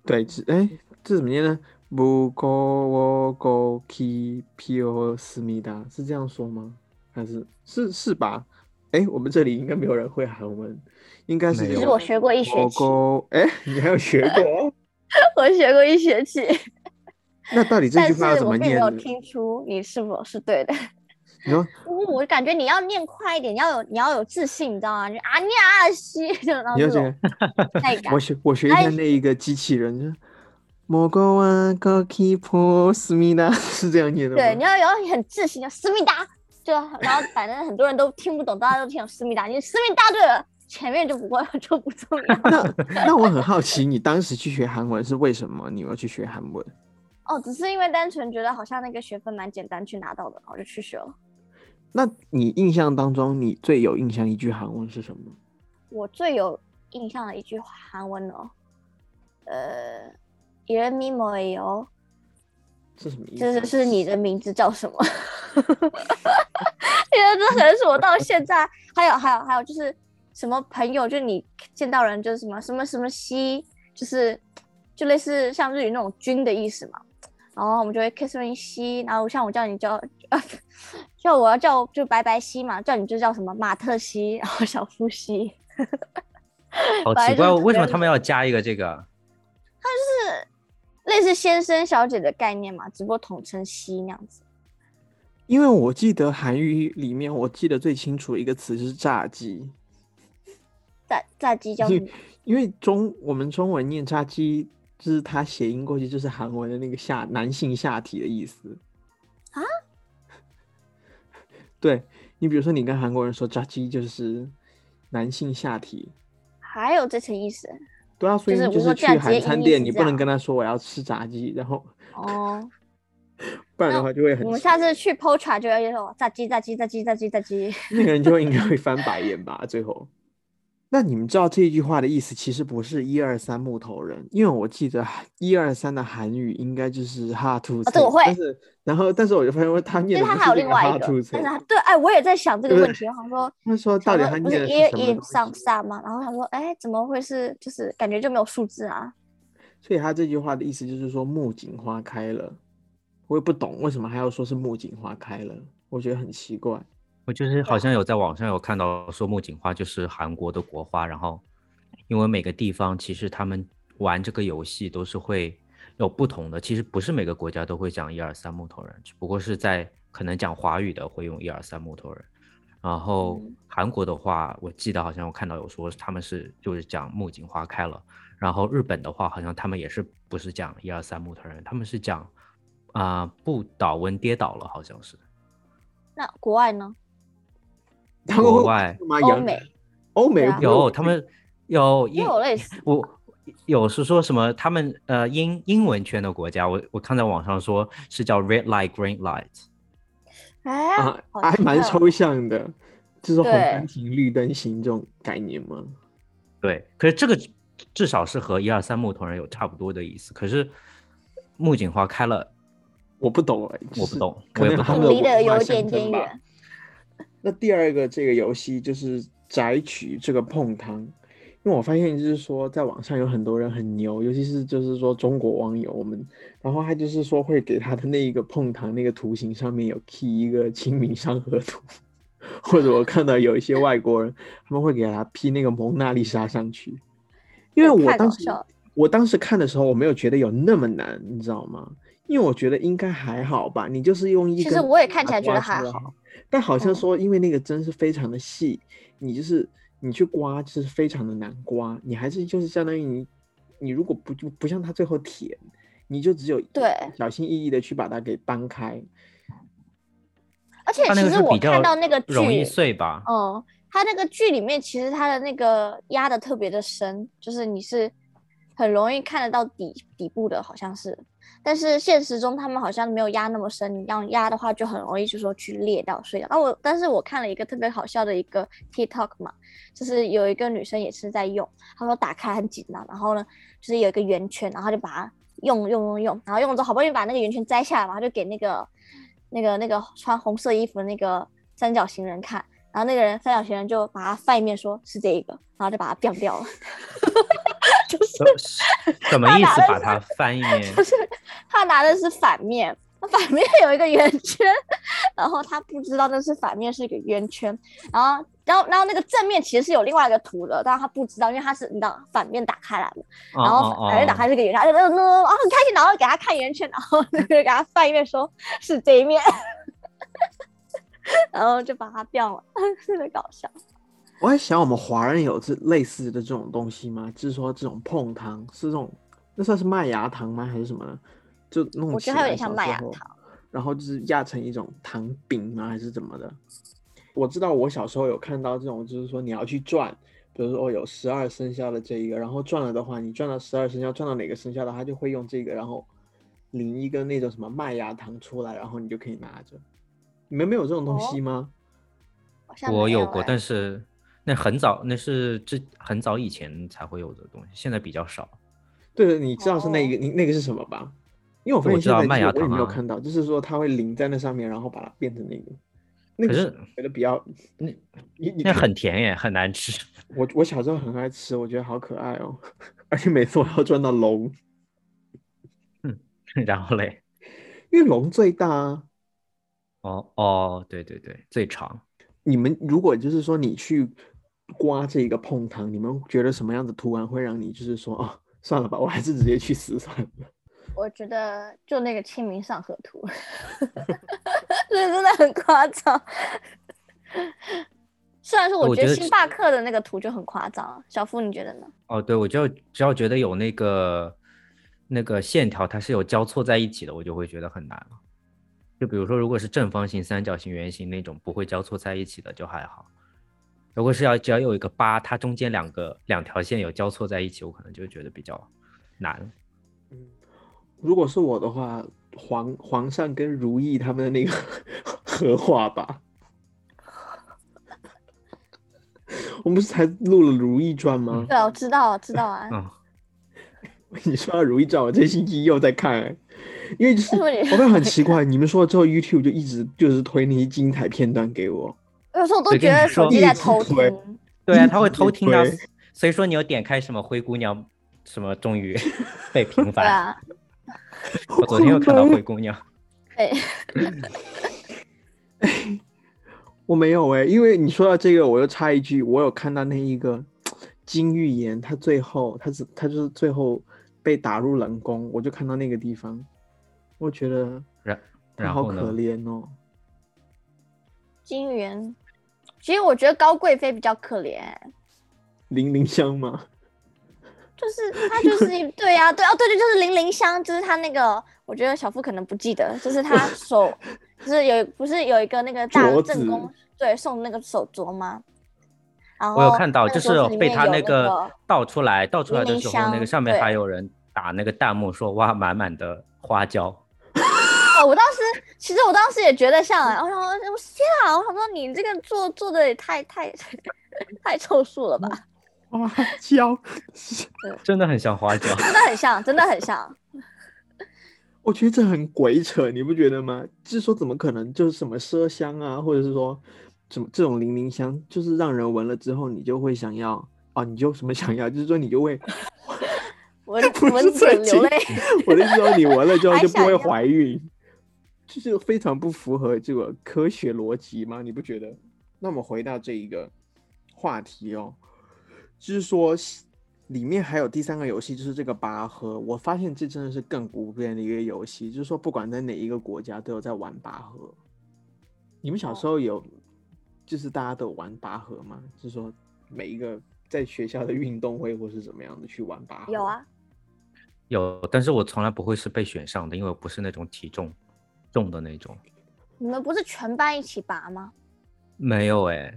[SPEAKER 2] 对，是哎，这怎么念呢？不过我过 k p o 思密达是这样说吗？还是是是吧？哎，我们这里应该没有人会韩文，应该是
[SPEAKER 1] 没
[SPEAKER 2] 这”，
[SPEAKER 3] 只
[SPEAKER 1] 有
[SPEAKER 3] 是
[SPEAKER 2] 种
[SPEAKER 3] 我学过一学
[SPEAKER 2] 我
[SPEAKER 3] 期，
[SPEAKER 2] 过哎，你还有学 过？
[SPEAKER 3] 我学过一学期，
[SPEAKER 2] 那到底这
[SPEAKER 3] 但
[SPEAKER 2] 句
[SPEAKER 3] 是
[SPEAKER 2] 话要怎
[SPEAKER 3] 我
[SPEAKER 2] 么
[SPEAKER 3] 并没
[SPEAKER 2] 念
[SPEAKER 3] 有
[SPEAKER 2] 呢？
[SPEAKER 3] 听出你是否是对的。
[SPEAKER 2] 你说
[SPEAKER 3] 因为我感觉你要念快一点，你要有你要有自信，你知道吗？就啊你啊西， 就然后
[SPEAKER 2] 你要
[SPEAKER 3] 这
[SPEAKER 2] 这
[SPEAKER 3] 种
[SPEAKER 2] 个，
[SPEAKER 3] 带感
[SPEAKER 2] 我。学我学一下
[SPEAKER 3] 哎
[SPEAKER 2] 那一个机器人，就是莫过啊高 k 波思密达 是这样念的吗？
[SPEAKER 3] 对，你要有很自信，叫思密达，就然后反正很多人都听不懂，大家都听懂思密达，你思密达对了，前面就不会就不重要。
[SPEAKER 2] 那 那我很好奇，你当时去学韩文是为什么？你要去学韩文？
[SPEAKER 3] 哦，只是因为单纯觉得好像那个学分蛮简单去拿到的，然后就去学了。
[SPEAKER 2] 那你印象当中，你最有印象一句韩文是什么？
[SPEAKER 3] 我最有印象的一句韩文哦，呃，이름이뭐예요？
[SPEAKER 2] 是什么意思？
[SPEAKER 3] 这就是你的名字叫什么？ 因为这可能是我到现在，还有还有还有就是什么朋友，就你见到人就是什么什么什么西，就是就类似像日语那种君的意思嘛。然后我们就会 kiss me 西，然后像我叫你叫， 叫我要叫就白白西嘛，叫你就叫什么马特西，然后小夫西。
[SPEAKER 1] 好
[SPEAKER 3] 反
[SPEAKER 1] 奇
[SPEAKER 3] 正
[SPEAKER 1] 怪，哦
[SPEAKER 3] 就是
[SPEAKER 1] 为什么
[SPEAKER 3] 特别
[SPEAKER 1] 他们要加一个这个？
[SPEAKER 3] 是类似先生小姐的概念嘛，只不过统称西那样子。
[SPEAKER 2] 因为我记得韩语里面，我记得最清楚一个词是炸鸡。
[SPEAKER 3] 炸 炸鸡叫
[SPEAKER 2] 因
[SPEAKER 3] 什
[SPEAKER 2] 为
[SPEAKER 3] 么？
[SPEAKER 2] 因为中我们中文念炸鸡，就是它谐音过去就是韩文的那个下男性下体的意思
[SPEAKER 3] 啊。
[SPEAKER 2] 对你比如说你跟韩国人说炸鸡就是男性下体，
[SPEAKER 3] 还有这层意思
[SPEAKER 2] 对啊，所以
[SPEAKER 3] 就是
[SPEAKER 2] 就
[SPEAKER 3] 我说
[SPEAKER 2] 是
[SPEAKER 3] 这样
[SPEAKER 2] 去
[SPEAKER 3] 直接
[SPEAKER 2] 韩餐
[SPEAKER 3] 音译
[SPEAKER 2] 店
[SPEAKER 3] 是
[SPEAKER 2] 你
[SPEAKER 3] 这
[SPEAKER 2] 不能
[SPEAKER 3] 样
[SPEAKER 2] 跟他说我要吃炸鸡，然后
[SPEAKER 3] 哦。
[SPEAKER 2] 不然的
[SPEAKER 3] 那
[SPEAKER 2] 话就会很
[SPEAKER 3] 我们
[SPEAKER 2] 奇
[SPEAKER 3] 下
[SPEAKER 2] 怪
[SPEAKER 3] 次去 Pocha 就要说炸鸡炸鸡炸鸡炸鸡炸鸡。
[SPEAKER 2] 那个人就会应该会翻白眼吧，最后。 那你们知道这句话的意思其实不是一二三木头人，因为我记得一二三的韩语应该就是哈兔。
[SPEAKER 3] 哦这我会
[SPEAKER 2] 但是然后但是我就发现他
[SPEAKER 3] 就
[SPEAKER 2] 念
[SPEAKER 3] 是
[SPEAKER 2] 的
[SPEAKER 3] 他
[SPEAKER 2] 不
[SPEAKER 3] 还有
[SPEAKER 2] 这
[SPEAKER 3] 另外
[SPEAKER 2] 哈
[SPEAKER 3] 一个
[SPEAKER 2] 兔，
[SPEAKER 3] 但
[SPEAKER 2] 菜
[SPEAKER 3] 是他对，哎，我也在想这个
[SPEAKER 2] 对
[SPEAKER 3] 问题，我想说，
[SPEAKER 2] 他说到
[SPEAKER 3] 想
[SPEAKER 2] 底
[SPEAKER 3] 说
[SPEAKER 2] 他
[SPEAKER 3] 不
[SPEAKER 2] 念
[SPEAKER 3] 是
[SPEAKER 2] 的
[SPEAKER 3] e
[SPEAKER 2] 是
[SPEAKER 3] a
[SPEAKER 2] 什
[SPEAKER 3] e
[SPEAKER 2] 么
[SPEAKER 3] a
[SPEAKER 2] 东西？
[SPEAKER 3] 上下吗？然后想说，哎，怎么会是就是感觉就没有数字啊？
[SPEAKER 2] 所以他这句话的意思就是说木槿花开了，我也不懂为什么还要说是木槿花开了，我觉得很奇怪。
[SPEAKER 1] 我就是
[SPEAKER 3] 对
[SPEAKER 1] 好
[SPEAKER 3] 啊
[SPEAKER 1] 像有在网上有看 到说木槿花就是韩国的国花，然后因为每个地方其实他们玩这个游戏都是会有不同的，其实不是每个国家都会讲一二三木头人，只不过是在可能讲华语的会用一二三木头人，然后
[SPEAKER 3] 嗯
[SPEAKER 1] 韩国的话，我记得好像我看到有说他们是就是讲木槿花开了，然后日本的话好像他们也是不是讲一二三木头人，他们是讲啊、不倒翁跌倒了，好像是
[SPEAKER 3] 那国外呢？
[SPEAKER 2] 他们会
[SPEAKER 1] 国外。
[SPEAKER 2] 干嘛
[SPEAKER 3] 欧
[SPEAKER 2] 洋
[SPEAKER 3] 美
[SPEAKER 2] 人欧美
[SPEAKER 3] 对啊
[SPEAKER 2] 不
[SPEAKER 1] 有
[SPEAKER 2] 会
[SPEAKER 1] 他们有
[SPEAKER 3] 也
[SPEAKER 1] 英，
[SPEAKER 3] 有类似
[SPEAKER 1] 我有是说什么他们呃英英文圈的国家，我我看在网上说是叫 red light green light，
[SPEAKER 3] 哎
[SPEAKER 2] 啊，，
[SPEAKER 3] 好
[SPEAKER 2] 还蛮
[SPEAKER 3] 像
[SPEAKER 2] 抽象的，就是红
[SPEAKER 3] 对
[SPEAKER 2] 灯停绿灯行这种概念吗？
[SPEAKER 1] 对，可是这个至少是和一二三木头人有差不多的意思，可是木槿花开了
[SPEAKER 2] 我不懂哎、就啊
[SPEAKER 1] 我
[SPEAKER 2] 是
[SPEAKER 1] 不懂，
[SPEAKER 2] 可
[SPEAKER 1] 我也
[SPEAKER 2] 能
[SPEAKER 1] 不
[SPEAKER 2] 他
[SPEAKER 1] 懂
[SPEAKER 2] 们，
[SPEAKER 3] 离得
[SPEAKER 2] 文化
[SPEAKER 3] 有
[SPEAKER 2] 象
[SPEAKER 3] 点
[SPEAKER 2] 征
[SPEAKER 3] 点
[SPEAKER 2] 吧
[SPEAKER 3] 远。
[SPEAKER 2] 那第二个这个游戏就是摘取这个碰糖，因为我发现就是说，在网上有很多人很牛，尤其是就是说中国网友我们，然后他就是说会给他的那一个碰糖那个图形上面有 key 一个《清明上河图》， 或者我看到有一些外国人他们会给他 P 那个蒙娜丽莎上去，因为
[SPEAKER 3] 太
[SPEAKER 2] 我
[SPEAKER 3] 搞
[SPEAKER 2] 当时
[SPEAKER 3] 笑了
[SPEAKER 2] 我当时看的时候，我没有觉得有那么难，你知道吗？因为我觉得应该还好吧，你就是用一
[SPEAKER 3] 其
[SPEAKER 2] 根
[SPEAKER 3] 实我也看起
[SPEAKER 2] 把它
[SPEAKER 3] 来觉得
[SPEAKER 2] 刮出
[SPEAKER 3] 还
[SPEAKER 2] 来
[SPEAKER 3] 好，
[SPEAKER 2] 但好像
[SPEAKER 3] 嗯
[SPEAKER 2] 说因为那个针是非常的细，你就是你去刮就是非常的难刮，你还是就是相当于你你如果不不像它最后舔，你就只有
[SPEAKER 3] 对
[SPEAKER 2] 小心翼翼的去把它给掰开，
[SPEAKER 3] 而且
[SPEAKER 1] 它那
[SPEAKER 3] 其
[SPEAKER 1] 个
[SPEAKER 3] 实
[SPEAKER 1] 是
[SPEAKER 3] 我
[SPEAKER 1] 比较
[SPEAKER 3] 看到那个剧，
[SPEAKER 1] 容易碎吧？
[SPEAKER 3] 嗯，它那个剧里面其实它的那个压的特别的深，就是你是很容易看得到底底部的，好像是。但是现实中他们好像没有压那么深，你要压的话就很容易就说去裂掉碎掉。啊，我但是我看了一个特别好笑的一个 TikTok 嘛，就是有一个女生也是在用，她说打开很紧张，然后呢就是有一个圆圈，然后就把它用用用用，然后用了之后好不容易把那个圆圈摘下来嘛，然后就给那个那个那个穿红色衣服的那个三角形人看，然后那个人三角形人就把它翻一面说是这一个，然后就把它掉掉了，
[SPEAKER 1] 什什么意思？把它翻一面
[SPEAKER 3] 就是他拿的是反面，他反面有一个圆圈，然后他不知道那是反面是一个圆圈，然后然后然后那个正面其实是有另外一个图的，但是他不知道，因为他是你知道反面打开来的，
[SPEAKER 1] 哦
[SPEAKER 3] 然后
[SPEAKER 1] 哦
[SPEAKER 3] 反反面打
[SPEAKER 1] 哦，
[SPEAKER 3] 开这个圆圈，他就嗯嗯嗯啊很开心，然后给他看圆圈，然后那个人给他翻一面说是这一面， 然后就把它掉了， 特别搞笑。
[SPEAKER 2] 我在想，我们华人有这类似的这种东西吗？就是说这种碰糖是这种，那算是麦芽糖吗？还是什么呢？就弄
[SPEAKER 3] 我觉得
[SPEAKER 2] 起
[SPEAKER 3] 它有
[SPEAKER 2] 来
[SPEAKER 3] 点像
[SPEAKER 2] 小
[SPEAKER 3] 麦
[SPEAKER 2] 时
[SPEAKER 3] 芽
[SPEAKER 2] 候
[SPEAKER 3] 糖，
[SPEAKER 2] 然后就是压成一种糖饼吗？还是怎么的？我知道我小时候有看到这种，就是说你要去转，比如说哦有十二生肖的这一个，然后转了的话，你转到十二生肖，转到哪个生肖的，它就会用这个，然后淋一个那种什么麦芽糖出来，然后你就可以拿着。你们没有这种东
[SPEAKER 3] 哦
[SPEAKER 2] 西吗？
[SPEAKER 3] 好像
[SPEAKER 1] 我
[SPEAKER 3] 没
[SPEAKER 1] 有
[SPEAKER 3] 有
[SPEAKER 1] 过，
[SPEAKER 3] 欸
[SPEAKER 1] 但是那很早，那是这很早以前才会有的东西，现在比较少。
[SPEAKER 2] 对，你知道是那
[SPEAKER 3] 哦
[SPEAKER 2] 个，你那个是什么吧？因为我发
[SPEAKER 1] 我
[SPEAKER 2] 现
[SPEAKER 1] 知
[SPEAKER 2] 现
[SPEAKER 1] 道
[SPEAKER 2] 在
[SPEAKER 1] 麦
[SPEAKER 2] 就是
[SPEAKER 1] 芽
[SPEAKER 2] 我也
[SPEAKER 1] 糖
[SPEAKER 2] 没有
[SPEAKER 1] 啊
[SPEAKER 2] 看到，就是说它会淋在那上面，然后把它变成那个。那
[SPEAKER 1] 可
[SPEAKER 2] 个
[SPEAKER 1] 是
[SPEAKER 2] 觉得比较，
[SPEAKER 1] 那
[SPEAKER 2] 你你
[SPEAKER 1] 那
[SPEAKER 2] 看
[SPEAKER 1] 很甜耶，很难吃。
[SPEAKER 2] 我我小时候很爱吃，我觉得好可爱哦， 而且每次我要转到龙，
[SPEAKER 1] 然后嘞，
[SPEAKER 2] 因为龙最大啊。
[SPEAKER 1] 哦哦，对对对，最长。
[SPEAKER 2] 你们如果就是说你去刮这个碰糖，你们觉得什么样的图案会让你就是说哦，算了吧，我还是直接去死算了。
[SPEAKER 3] 我觉得就那个《清明上河图》，这真的很夸张。虽然说
[SPEAKER 1] 我
[SPEAKER 3] 我觉
[SPEAKER 1] 觉
[SPEAKER 3] 得
[SPEAKER 1] 得
[SPEAKER 3] 星
[SPEAKER 1] 是
[SPEAKER 3] 巴克的那个图就很夸张啊，小付你觉得呢？
[SPEAKER 1] 哦，对，我就只要觉得有那个那个线条，它是有交错在一起的，我就会觉得很难了。就比如说，如果是正方形、三角形、圆形那种不会交错在一起的，就还好。如果是要只要有一个八，它中间两个两条线有交错在一起，我可能就觉得比较难。
[SPEAKER 2] 嗯，如果是我的话，皇皇上跟如意他们的那个 合画吧。 我们不是才录了《如懿传》吗？
[SPEAKER 3] 对啊，我知道，知道啊。
[SPEAKER 1] 嗯，
[SPEAKER 2] 你说到《如懿传》，我这星期又在看、欸，因为就是
[SPEAKER 3] 为什么你
[SPEAKER 2] 我发现很奇怪，你们说了之后，YouTube 就一直就是推那些精彩片段给我。
[SPEAKER 3] 有时候我都
[SPEAKER 1] 对
[SPEAKER 3] 觉
[SPEAKER 1] 跟你
[SPEAKER 3] 得手
[SPEAKER 1] 说
[SPEAKER 3] 机
[SPEAKER 2] 一
[SPEAKER 3] 在
[SPEAKER 2] 直
[SPEAKER 3] 偷
[SPEAKER 2] 推
[SPEAKER 3] 听，
[SPEAKER 1] 对啊，
[SPEAKER 2] 一
[SPEAKER 1] 他会
[SPEAKER 2] 直
[SPEAKER 1] 偷听到
[SPEAKER 2] 推，
[SPEAKER 1] 所以说你有点开什么灰姑娘，什么终于 被平
[SPEAKER 3] 对
[SPEAKER 1] 反。
[SPEAKER 3] 啊，
[SPEAKER 1] 我昨天又看到灰姑娘，
[SPEAKER 3] 对，
[SPEAKER 2] 我没有哎、因为你说到这个，我又插一句，我有看到那一个金玉妍，她最后她只她就是最后被打入冷宫，我就看到那个地方，我觉得
[SPEAKER 1] 然
[SPEAKER 2] 她
[SPEAKER 1] 然
[SPEAKER 2] 好
[SPEAKER 1] 后
[SPEAKER 2] 可
[SPEAKER 1] 呢？
[SPEAKER 2] 怜哦。
[SPEAKER 3] 金元。其实我觉得高贵妃比较可怜，
[SPEAKER 2] 零零香嘛，
[SPEAKER 3] 就是她就是一对啊，对哦，对对，就是零零香，就是她那个，我觉得小付可能不记得，就 是她手，就是有不是有一个那个大
[SPEAKER 2] 镯
[SPEAKER 3] 正
[SPEAKER 2] 子
[SPEAKER 3] 宫对送那个手镯吗？然后
[SPEAKER 1] 我有看到，
[SPEAKER 3] 那
[SPEAKER 1] 哦就是
[SPEAKER 3] 个哦镯子里
[SPEAKER 1] 被
[SPEAKER 3] 面
[SPEAKER 1] 他
[SPEAKER 3] 有
[SPEAKER 1] 那
[SPEAKER 3] 那
[SPEAKER 1] 个倒出来，倒出来
[SPEAKER 3] 零
[SPEAKER 1] 的
[SPEAKER 3] 零
[SPEAKER 1] 时候，那个
[SPEAKER 3] 香
[SPEAKER 1] 上面还
[SPEAKER 3] 对
[SPEAKER 1] 有人打那个弹幕说：“哇，满满的花椒。
[SPEAKER 3] 哦，我当时其实我当时也觉得像、哎，我想说，我天啊，我想说你这个做做的也太太 太凑数了吧？
[SPEAKER 2] 花椒，”
[SPEAKER 1] 真的很像花椒。
[SPEAKER 3] 真的很像，真的很像。
[SPEAKER 2] 我觉得这很鬼扯，你不觉得吗？就是说怎么可能就是什么麝香啊，或者是说什么这种零零香，就是让人闻了之后，你就会想要啊，你就什么想要，就是说你就会，
[SPEAKER 3] 闻
[SPEAKER 2] 不是
[SPEAKER 3] 闻
[SPEAKER 2] 最
[SPEAKER 3] 嘴流
[SPEAKER 2] 近
[SPEAKER 3] 泪。
[SPEAKER 2] 我的意思说你闻了之后
[SPEAKER 3] 还
[SPEAKER 2] 就不
[SPEAKER 3] 想
[SPEAKER 2] 会
[SPEAKER 3] 要
[SPEAKER 2] 怀孕，就是非常不符合这个科学逻辑吗？你不觉得？那我们回到这一个话题哦，就是说里面还有第三个游戏，就是这个拔河。我发现这真的是更古典的一个游戏，就是说不管在哪一个国家都有在玩拔河。你们小
[SPEAKER 3] 哦
[SPEAKER 2] 时候有，就是大家都有玩拔河吗？就是说每一个在学校的运动会或是怎么样的去玩拔河？
[SPEAKER 3] 有啊，
[SPEAKER 1] 有，但是我从来不会是被选上的，因为我不是那种体重重的那种。
[SPEAKER 3] 你们不是全班一起拔吗？
[SPEAKER 1] 没有哎，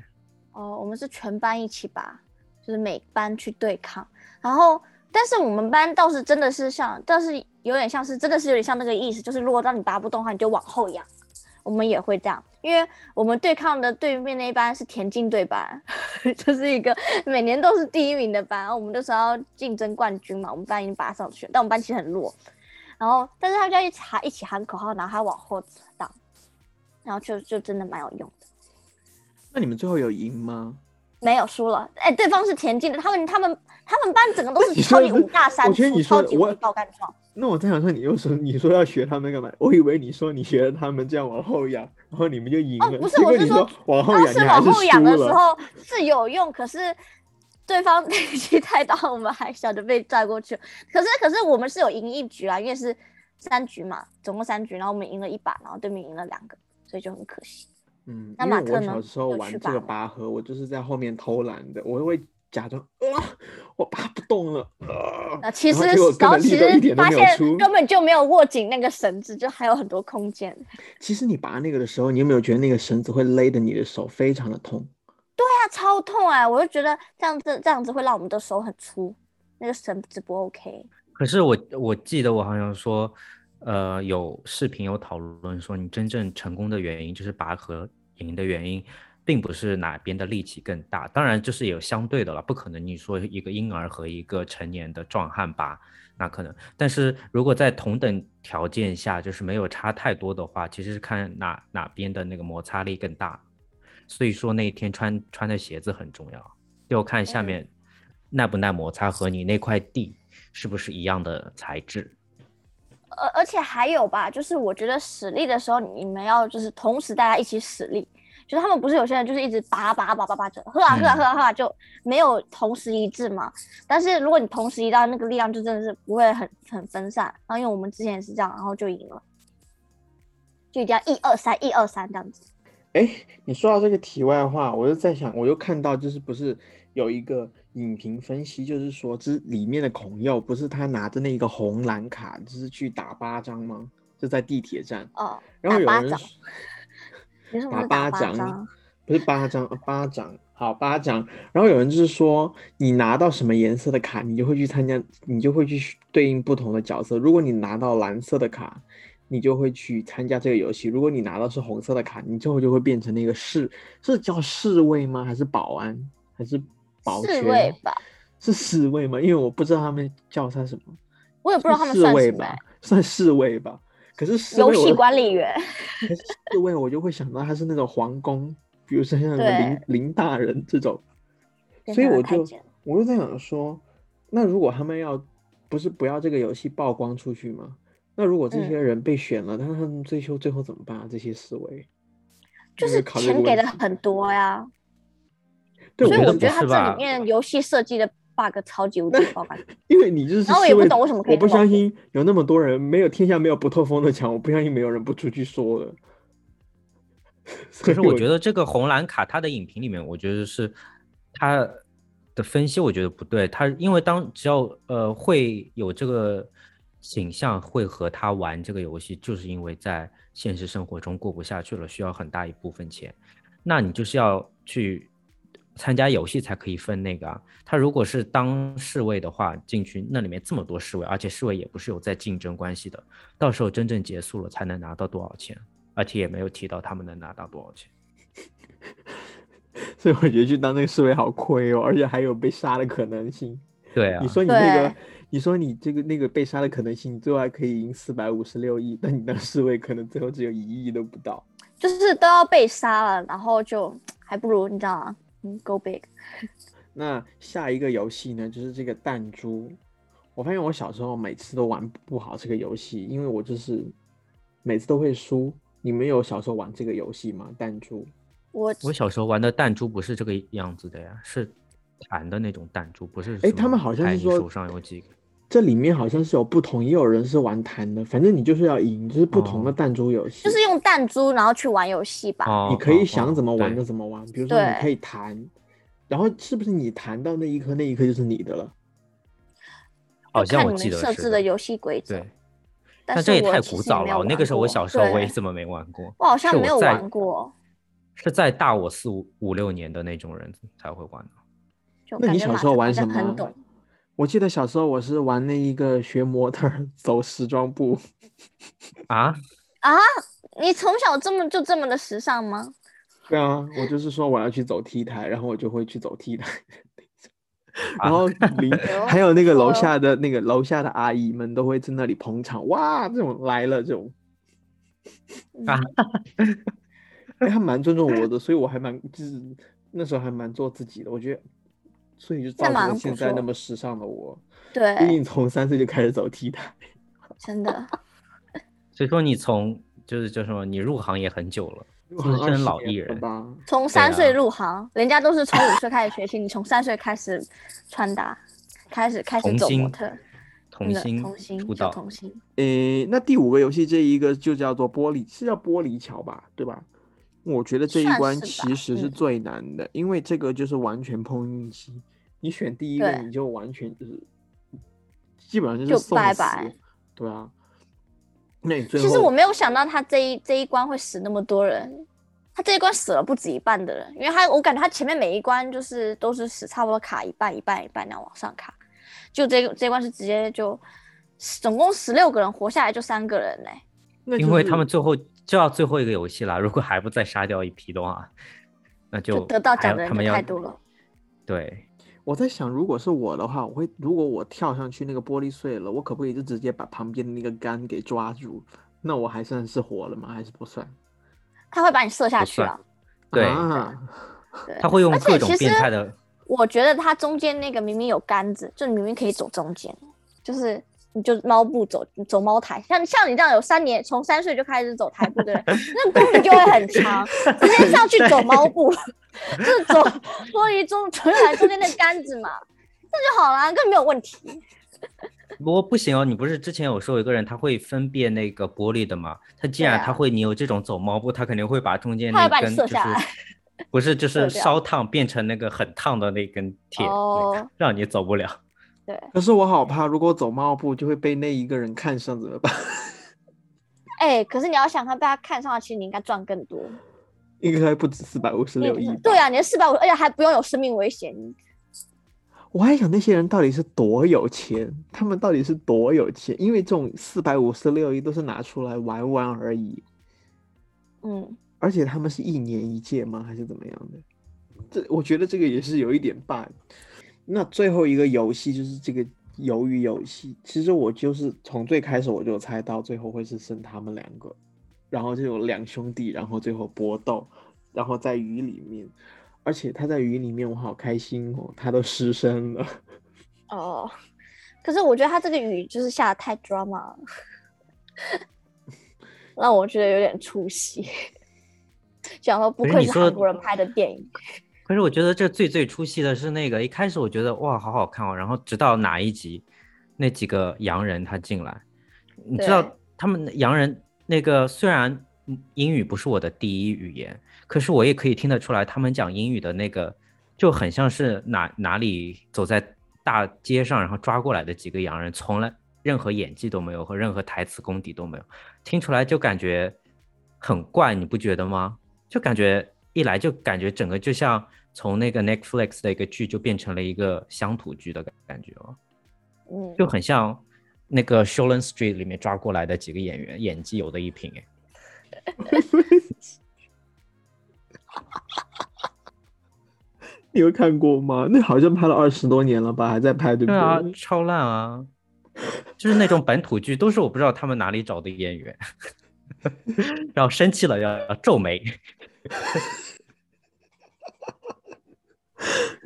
[SPEAKER 3] 哦，我们是全班一起拔，就是每班去对抗。然后，但是我们班倒是真的是像，倒是有点像是，真的是有点像那个意思，就是如果让你拔不动的话，你就往后仰。我们也会这样，因为我们对抗的对面那一班是田径队班， 就是一个每年都是第一名的班，然后我们那时候要竞争冠军嘛，我们班已经拔上去了，但我们班其实很弱。然后，但是他们就要一起喊一起喊口号，然后还往后挡，然后就就真的蛮有用的。
[SPEAKER 2] 那你们最后有赢吗？
[SPEAKER 3] 没有输了，哎、对方是田径的，他们他们他们班整个都
[SPEAKER 2] 你
[SPEAKER 3] 是
[SPEAKER 2] 说
[SPEAKER 3] 超
[SPEAKER 2] 的
[SPEAKER 3] 级
[SPEAKER 2] 是
[SPEAKER 3] 五大三
[SPEAKER 2] 我觉得
[SPEAKER 3] 粗
[SPEAKER 2] 你说
[SPEAKER 3] 超
[SPEAKER 2] 的
[SPEAKER 3] 级
[SPEAKER 2] 我
[SPEAKER 3] 无敌爆干壮，
[SPEAKER 2] 那我在想说，你又说你说要学他们干嘛？我以为你说你学了他们这样往后仰，然后你们就赢了。
[SPEAKER 3] 哦不是
[SPEAKER 2] 结果
[SPEAKER 3] 我是
[SPEAKER 2] 你
[SPEAKER 3] 说
[SPEAKER 2] 往后
[SPEAKER 3] 当
[SPEAKER 2] 仰，
[SPEAKER 3] 时
[SPEAKER 2] 你还
[SPEAKER 3] 往
[SPEAKER 2] 是
[SPEAKER 3] 后仰
[SPEAKER 2] 输
[SPEAKER 3] 的时
[SPEAKER 2] 了。
[SPEAKER 3] 候是有用，可是对方 力气太大，我们还小就被拽过去了。可是可是我们是有赢一局啊，因为是三局嘛，总共三局，然后我们赢了一把，然后对面赢了两个，所以就很可惜。
[SPEAKER 2] 嗯，
[SPEAKER 3] 那
[SPEAKER 2] 因
[SPEAKER 3] 马
[SPEAKER 2] 为
[SPEAKER 3] 克
[SPEAKER 2] 我
[SPEAKER 3] 呢
[SPEAKER 2] 小时候
[SPEAKER 3] 有
[SPEAKER 2] 玩
[SPEAKER 3] 去
[SPEAKER 2] 这个
[SPEAKER 3] 拔吗
[SPEAKER 2] 拔河，我就是在后面偷懒的，我会假装啊，我拔不动了啊。
[SPEAKER 3] 那其
[SPEAKER 2] 然后
[SPEAKER 3] 实
[SPEAKER 2] 结果根
[SPEAKER 3] 然后
[SPEAKER 2] 本力
[SPEAKER 3] 其
[SPEAKER 2] 都一
[SPEAKER 3] 实
[SPEAKER 2] 点都
[SPEAKER 3] 发
[SPEAKER 2] 没有
[SPEAKER 3] 现
[SPEAKER 2] 出
[SPEAKER 3] 根本就没有握紧那个绳子，就还有很多空间。
[SPEAKER 2] 其实你拔那个的时候，你有没有觉得那个绳子会勒得你的手非常的痛？
[SPEAKER 3] 那超痛哎、我就觉得这样子这样子会让我们的手很粗，那个绳子不 OK。
[SPEAKER 1] 可是我我记得我好像说，呃，有视频有讨论说，你真正成功的原因就是拔河赢的原因，并不是哪边的力气更大，当然就是有相对的了，不可能你说一个婴儿和一个成年的壮汉拔，那可能，但是如果在同等条件下，就是没有差太多的话，其实是看哪哪边的那个摩擦力更大，所以说那一天穿穿的鞋子很重要，要看下
[SPEAKER 3] 嗯
[SPEAKER 1] 面耐不耐摩擦和你那块地是不是一样的材质。
[SPEAKER 3] 而而且还有吧，就是我觉得使力的时候，你们要就是同时大家一起使力，就是他们不是有些人就是一直拔拔拔拔拔着，喝啊喝啊
[SPEAKER 1] 嗯
[SPEAKER 3] 喝啊喝啊，就没有同时一致嘛。但是如果你同时一到，那个力量就真的是不会很很分散。然后因为我们之前也是这样，然后就赢了，就一定要一二三一二三这样子。
[SPEAKER 2] 哎，你说到这个题外话，我就在想，我又看到就是不是有一个影评分析，就是说这里面的孔佑不是他拿着那个红蓝卡，就是去打巴掌吗？就在地铁站，
[SPEAKER 3] 哦，
[SPEAKER 2] 然后有
[SPEAKER 3] 打巴
[SPEAKER 2] 人
[SPEAKER 3] 掌
[SPEAKER 2] 说
[SPEAKER 3] 你什么
[SPEAKER 2] 打巴
[SPEAKER 3] 是巴
[SPEAKER 2] 掌
[SPEAKER 3] 掌？啊
[SPEAKER 2] 不是巴掌，呃巴掌好巴掌，然后有人就是说你拿到什么颜色的卡，你就会去参加，你就会去对应不同的角色。如果你拿到蓝色的卡，你就会去参加这个游戏；如果你拿到是红色的卡，你最后就会变成那个侍，是叫侍卫吗？还是保安？还是保
[SPEAKER 3] 侍
[SPEAKER 2] 全？
[SPEAKER 3] 卫吧，
[SPEAKER 2] 是侍卫吗？因为我不知道他们叫他什么，
[SPEAKER 3] 我也不知道他们
[SPEAKER 2] 是侍
[SPEAKER 3] 算
[SPEAKER 2] 卫
[SPEAKER 3] 什么
[SPEAKER 2] 吧
[SPEAKER 3] 欸。，
[SPEAKER 2] 算侍卫吧。可是侍
[SPEAKER 3] 游
[SPEAKER 2] 卫我
[SPEAKER 3] 戏管理员，
[SPEAKER 2] 可是侍卫我就会想到他是那种皇宫，比如说像什么林林大人这种，
[SPEAKER 3] 变
[SPEAKER 2] 所以
[SPEAKER 3] 成了
[SPEAKER 2] 我
[SPEAKER 3] 太
[SPEAKER 2] 就
[SPEAKER 3] 监
[SPEAKER 2] 我就在想说，那如果他们要不是不要这个游戏曝光出去吗？那如果这
[SPEAKER 3] 嗯
[SPEAKER 2] 些人被选了，但是他们最后最后怎么办、啊？这些侍卫
[SPEAKER 3] 就
[SPEAKER 2] 你有
[SPEAKER 3] 是
[SPEAKER 2] 考虑这
[SPEAKER 3] 钱
[SPEAKER 2] 个问
[SPEAKER 3] 给的
[SPEAKER 2] 题
[SPEAKER 3] 很多呀，
[SPEAKER 2] 对，
[SPEAKER 3] 所以
[SPEAKER 1] 觉得
[SPEAKER 3] 我
[SPEAKER 2] 是
[SPEAKER 3] 觉得
[SPEAKER 1] 不
[SPEAKER 3] 他
[SPEAKER 1] 是
[SPEAKER 3] 这
[SPEAKER 1] 吧
[SPEAKER 3] 里面游戏设计的 bug 超级无敌爆肝。
[SPEAKER 2] 因为你就是侍
[SPEAKER 3] 然后我
[SPEAKER 2] 卫，
[SPEAKER 3] 也不懂为什么可以
[SPEAKER 2] 我不
[SPEAKER 3] 这么
[SPEAKER 2] 相信有那么多人没有天下没有不透风的墙，我不相信没有人不出去说的。
[SPEAKER 1] 可是
[SPEAKER 2] 所以
[SPEAKER 1] 我觉得这个红蓝卡，它的影评里面，我觉得是它的分析，我觉得不对。它因为当只要呃会有这个倾向，会和他玩这个游戏，就是因为在现实生活中过不下去了，需要很大一部分钱，那你就是要去参加游戏才可以分那个啊。他如果是当侍卫的话，进去那里面这么多侍卫，而且侍卫也不是有在竞争关系的，到时候真正结束了才能拿到多少钱，而且也没有提到他们能拿到多少钱。
[SPEAKER 2] 所以我觉得去当那个侍卫好亏哦，而且还有被杀的可能性。
[SPEAKER 1] 对啊
[SPEAKER 2] 你，说你那个
[SPEAKER 3] 对，
[SPEAKER 2] 你说你这个那个被杀的可能性，你最后还可以赢四百五十六亿，但你当侍卫可能最后只有一亿都不到。
[SPEAKER 3] 就是都要被杀了，然后就还不如你知道吗？嗯，Go big，
[SPEAKER 2] 那下一个游戏呢，就是这个弹珠。我发现我小时候每次都玩不好这个游戏，因为我就是每次都会输。你们有小时候玩这个游戏吗？弹珠？
[SPEAKER 3] 我
[SPEAKER 1] 我小时候玩的弹珠不是这个样子的呀，是弹的那种弹珠，不是。
[SPEAKER 2] 哎，他们好像是说
[SPEAKER 1] 手上有几个。
[SPEAKER 2] 这里面好像是有不同，也有人是玩弹的，反正你就是要赢，就是不同的
[SPEAKER 1] 哦
[SPEAKER 2] 弹珠游戏。
[SPEAKER 3] 就是用弹珠然后去玩游戏吧。
[SPEAKER 1] 哦，
[SPEAKER 2] 你可以
[SPEAKER 1] 哦
[SPEAKER 2] 想怎么玩就
[SPEAKER 1] 哦
[SPEAKER 2] 怎么玩，比如说你
[SPEAKER 3] 对
[SPEAKER 2] 可以弹，然后是不是你弹到那一颗，那一颗就是你的了？
[SPEAKER 1] 对好
[SPEAKER 3] 就
[SPEAKER 1] 像
[SPEAKER 3] 看
[SPEAKER 1] 我
[SPEAKER 3] 你
[SPEAKER 1] 记
[SPEAKER 3] 们
[SPEAKER 1] 得
[SPEAKER 3] 设
[SPEAKER 1] 是
[SPEAKER 3] 置的游戏规则
[SPEAKER 1] 对，，
[SPEAKER 3] 但
[SPEAKER 1] 这也
[SPEAKER 3] 我
[SPEAKER 1] 太
[SPEAKER 3] 其
[SPEAKER 1] 古
[SPEAKER 3] 实也
[SPEAKER 1] 早了
[SPEAKER 3] 没有
[SPEAKER 1] 哦。那
[SPEAKER 3] 玩
[SPEAKER 1] 个时候我
[SPEAKER 3] 过
[SPEAKER 1] 小时候我也
[SPEAKER 3] 对
[SPEAKER 1] 怎么没玩过？
[SPEAKER 3] 我好像
[SPEAKER 1] 是
[SPEAKER 3] 没有
[SPEAKER 1] 在
[SPEAKER 3] 玩过，
[SPEAKER 1] 是在大我四五五六年的那种人才会玩的。
[SPEAKER 3] 就
[SPEAKER 2] 那
[SPEAKER 3] 感
[SPEAKER 2] 你
[SPEAKER 3] 觉
[SPEAKER 2] 小
[SPEAKER 3] 马
[SPEAKER 2] 时候
[SPEAKER 3] 上
[SPEAKER 2] 玩
[SPEAKER 3] 好像
[SPEAKER 2] 什么啊
[SPEAKER 3] 很懂，
[SPEAKER 2] 我记得小时候我是玩那一个学模特儿走时装步，
[SPEAKER 1] 啊，
[SPEAKER 3] 你从小这么就这么的时尚吗？
[SPEAKER 2] 对啊，我就是说我要去走 T 台，然后我就会去走 T 台。
[SPEAKER 1] 啊
[SPEAKER 2] 然后 邻
[SPEAKER 3] 呦
[SPEAKER 2] 还有那个楼
[SPEAKER 3] 我
[SPEAKER 2] 下的那个楼下的阿姨们都会在那里捧场，哇，这种来了这种，
[SPEAKER 3] 嗯
[SPEAKER 1] 啊
[SPEAKER 2] 哎，他蛮尊重 我的，所以我还蛮就是那时候还蛮做自己的，我觉得，所以就造成
[SPEAKER 3] 蛮
[SPEAKER 2] 了
[SPEAKER 3] 不
[SPEAKER 2] 现在那
[SPEAKER 3] 错
[SPEAKER 2] 么时尚的我。毕
[SPEAKER 3] 对，
[SPEAKER 2] 竟从三岁就开始走 T 台，
[SPEAKER 3] 真的，
[SPEAKER 1] 所以说你从就是叫什么，你入行也很久了，
[SPEAKER 2] 入
[SPEAKER 1] 资
[SPEAKER 2] 行
[SPEAKER 1] 深
[SPEAKER 2] 20
[SPEAKER 1] 老
[SPEAKER 2] 年
[SPEAKER 1] 艺
[SPEAKER 2] 了
[SPEAKER 1] 人。
[SPEAKER 2] 吧？
[SPEAKER 3] 从三岁
[SPEAKER 1] 啊
[SPEAKER 3] 入行，人家都是从五岁开始学习，你从三岁开始穿搭，开始开始
[SPEAKER 1] 童
[SPEAKER 3] 走模
[SPEAKER 1] 星
[SPEAKER 3] 特，，
[SPEAKER 1] 童
[SPEAKER 3] 真的
[SPEAKER 1] 星
[SPEAKER 3] 童星
[SPEAKER 1] 出
[SPEAKER 3] 叫
[SPEAKER 1] 道，
[SPEAKER 3] 童星，
[SPEAKER 2] 诶，那第五个游戏这一个就叫做玻璃，是叫玻璃桥吧？对吧？我觉得这一
[SPEAKER 3] 算
[SPEAKER 2] 关
[SPEAKER 3] 是吧
[SPEAKER 2] 其实是
[SPEAKER 3] 嗯
[SPEAKER 2] 最难的，因为这个就是完全碰运气，你选第一个
[SPEAKER 3] 对
[SPEAKER 2] 你就完全就是，基本上就
[SPEAKER 3] 就是
[SPEAKER 2] 送
[SPEAKER 3] 拜
[SPEAKER 2] 死
[SPEAKER 3] 拜
[SPEAKER 2] 对啊，那你最后
[SPEAKER 3] 其实我没有想到他这一这一关会死那么多人，他这一关死了不止一半的人，因为他我感觉他前面每一关就是都是死差不多卡一半一半一半，然后往上卡，就这个这一关是直接就总共十六个人活下来就三个人嘞、
[SPEAKER 2] 那
[SPEAKER 1] 因
[SPEAKER 2] 就
[SPEAKER 1] 为
[SPEAKER 2] 是
[SPEAKER 1] 他们最后就要最后一个游戏了，如果还不再杀掉一批的话，那就
[SPEAKER 3] 就得到
[SPEAKER 1] 还
[SPEAKER 3] 奖
[SPEAKER 1] 要
[SPEAKER 3] 的人
[SPEAKER 1] 他们
[SPEAKER 3] 就
[SPEAKER 1] 要
[SPEAKER 3] 太多了。
[SPEAKER 1] 对，
[SPEAKER 2] 我在想，如果是我的话，我会如果我跳上去那个玻璃碎了，我可不可以就直接把旁边的那个杆给抓住？那我还算是活了吗？还是不算？
[SPEAKER 3] 他会把你射下
[SPEAKER 1] 不
[SPEAKER 3] 去啊
[SPEAKER 1] 算！对
[SPEAKER 2] 啊，
[SPEAKER 3] 对
[SPEAKER 1] 他会用
[SPEAKER 3] 而且
[SPEAKER 1] 各种
[SPEAKER 3] 其
[SPEAKER 1] 变
[SPEAKER 3] 实
[SPEAKER 1] 态的，
[SPEAKER 3] 我觉得他中间那个明明有杆子，就你明明可以走中间，就是你就猫步走走猫台，像像你这样有三年从三岁就开始走台步的人，那功力就会很强，直接上去走猫步， 就是走脱离中脱离来中间的杆子嘛，那就好啦，根本没有问题。
[SPEAKER 1] 不过不行哦，你不是之前有说有一个人他会分辨那个玻璃的吗？他既
[SPEAKER 3] 对
[SPEAKER 1] 然
[SPEAKER 3] 啊
[SPEAKER 1] 他会你有这种走猫步，他肯定会把中间
[SPEAKER 3] 他
[SPEAKER 1] 那
[SPEAKER 3] 会把你
[SPEAKER 1] 根
[SPEAKER 3] 射
[SPEAKER 1] 就是
[SPEAKER 3] 下来
[SPEAKER 1] 不是就
[SPEAKER 3] 射
[SPEAKER 1] 是
[SPEAKER 3] 掉
[SPEAKER 1] 烧烫变成那个很烫的那根铁，那个
[SPEAKER 3] 哦
[SPEAKER 1] 让你走不了。
[SPEAKER 3] 对，
[SPEAKER 2] 可是我好怕，如果走猫步就会被那一个人看上，怎么办？
[SPEAKER 3] 哎、可是你要想他被他看上了，其实你应该赚更多。
[SPEAKER 2] 应该不止四百五十
[SPEAKER 3] 你
[SPEAKER 2] 六亿。
[SPEAKER 3] 对，啊，你的四百五，而且还不用有生命危险，你
[SPEAKER 2] 我还想那些人到底是多有钱，他们到底是多有钱？因为这种四百五十六亿都是拿出来玩玩而已，
[SPEAKER 3] 嗯。
[SPEAKER 2] 而且他们是一年一届吗？还是怎么样的？这我觉得这个也是有一点 bug。那最后一个游戏就是这个鱿鱼游戏，其实我就是从最开始我就猜到最后会是剩他们两个，然后就有两兄弟，然后最后搏斗，然后在鱼里面，而且他在鱼里面我好开心哦，他都失身了。
[SPEAKER 3] 哦，可是我觉得他这个雨就是下的太 drama 了，让我觉得有点出戏。想说不
[SPEAKER 1] 可是
[SPEAKER 3] 愧
[SPEAKER 1] 你
[SPEAKER 3] 是
[SPEAKER 1] 说
[SPEAKER 3] 韩国人拍的电影，
[SPEAKER 1] 可是我觉得这最最出戏的是那个，一开始我觉得哇好好看哦，然后直到哪一集，那几个洋人他进来，你知
[SPEAKER 3] 对
[SPEAKER 1] 道他们洋人那个虽然英语不是我的第一语言，可是我也可以听得出来，他们讲英语的那个就很像是哪哪里走在大街上，然后抓过来的几个洋人，从来任何演技都没有和任何台词功底都没有，听出来就感觉很怪，你不觉得吗？就感觉一来就感觉整个就像从那个 Netflix 的一个剧就变成了一个乡土剧的感觉了，
[SPEAKER 3] 嗯，
[SPEAKER 1] 就很像那个 s h o l e n Street 里面抓过来的几个演员，演技有的一拼哎。
[SPEAKER 2] 你有看过吗？那好像拍了二十多年了吧，还在拍，对不
[SPEAKER 1] 对啊，
[SPEAKER 2] 对？
[SPEAKER 1] 超烂啊！就是那种本土剧，都是我不知道他们哪里找的演员。 然后生气了要要皱眉。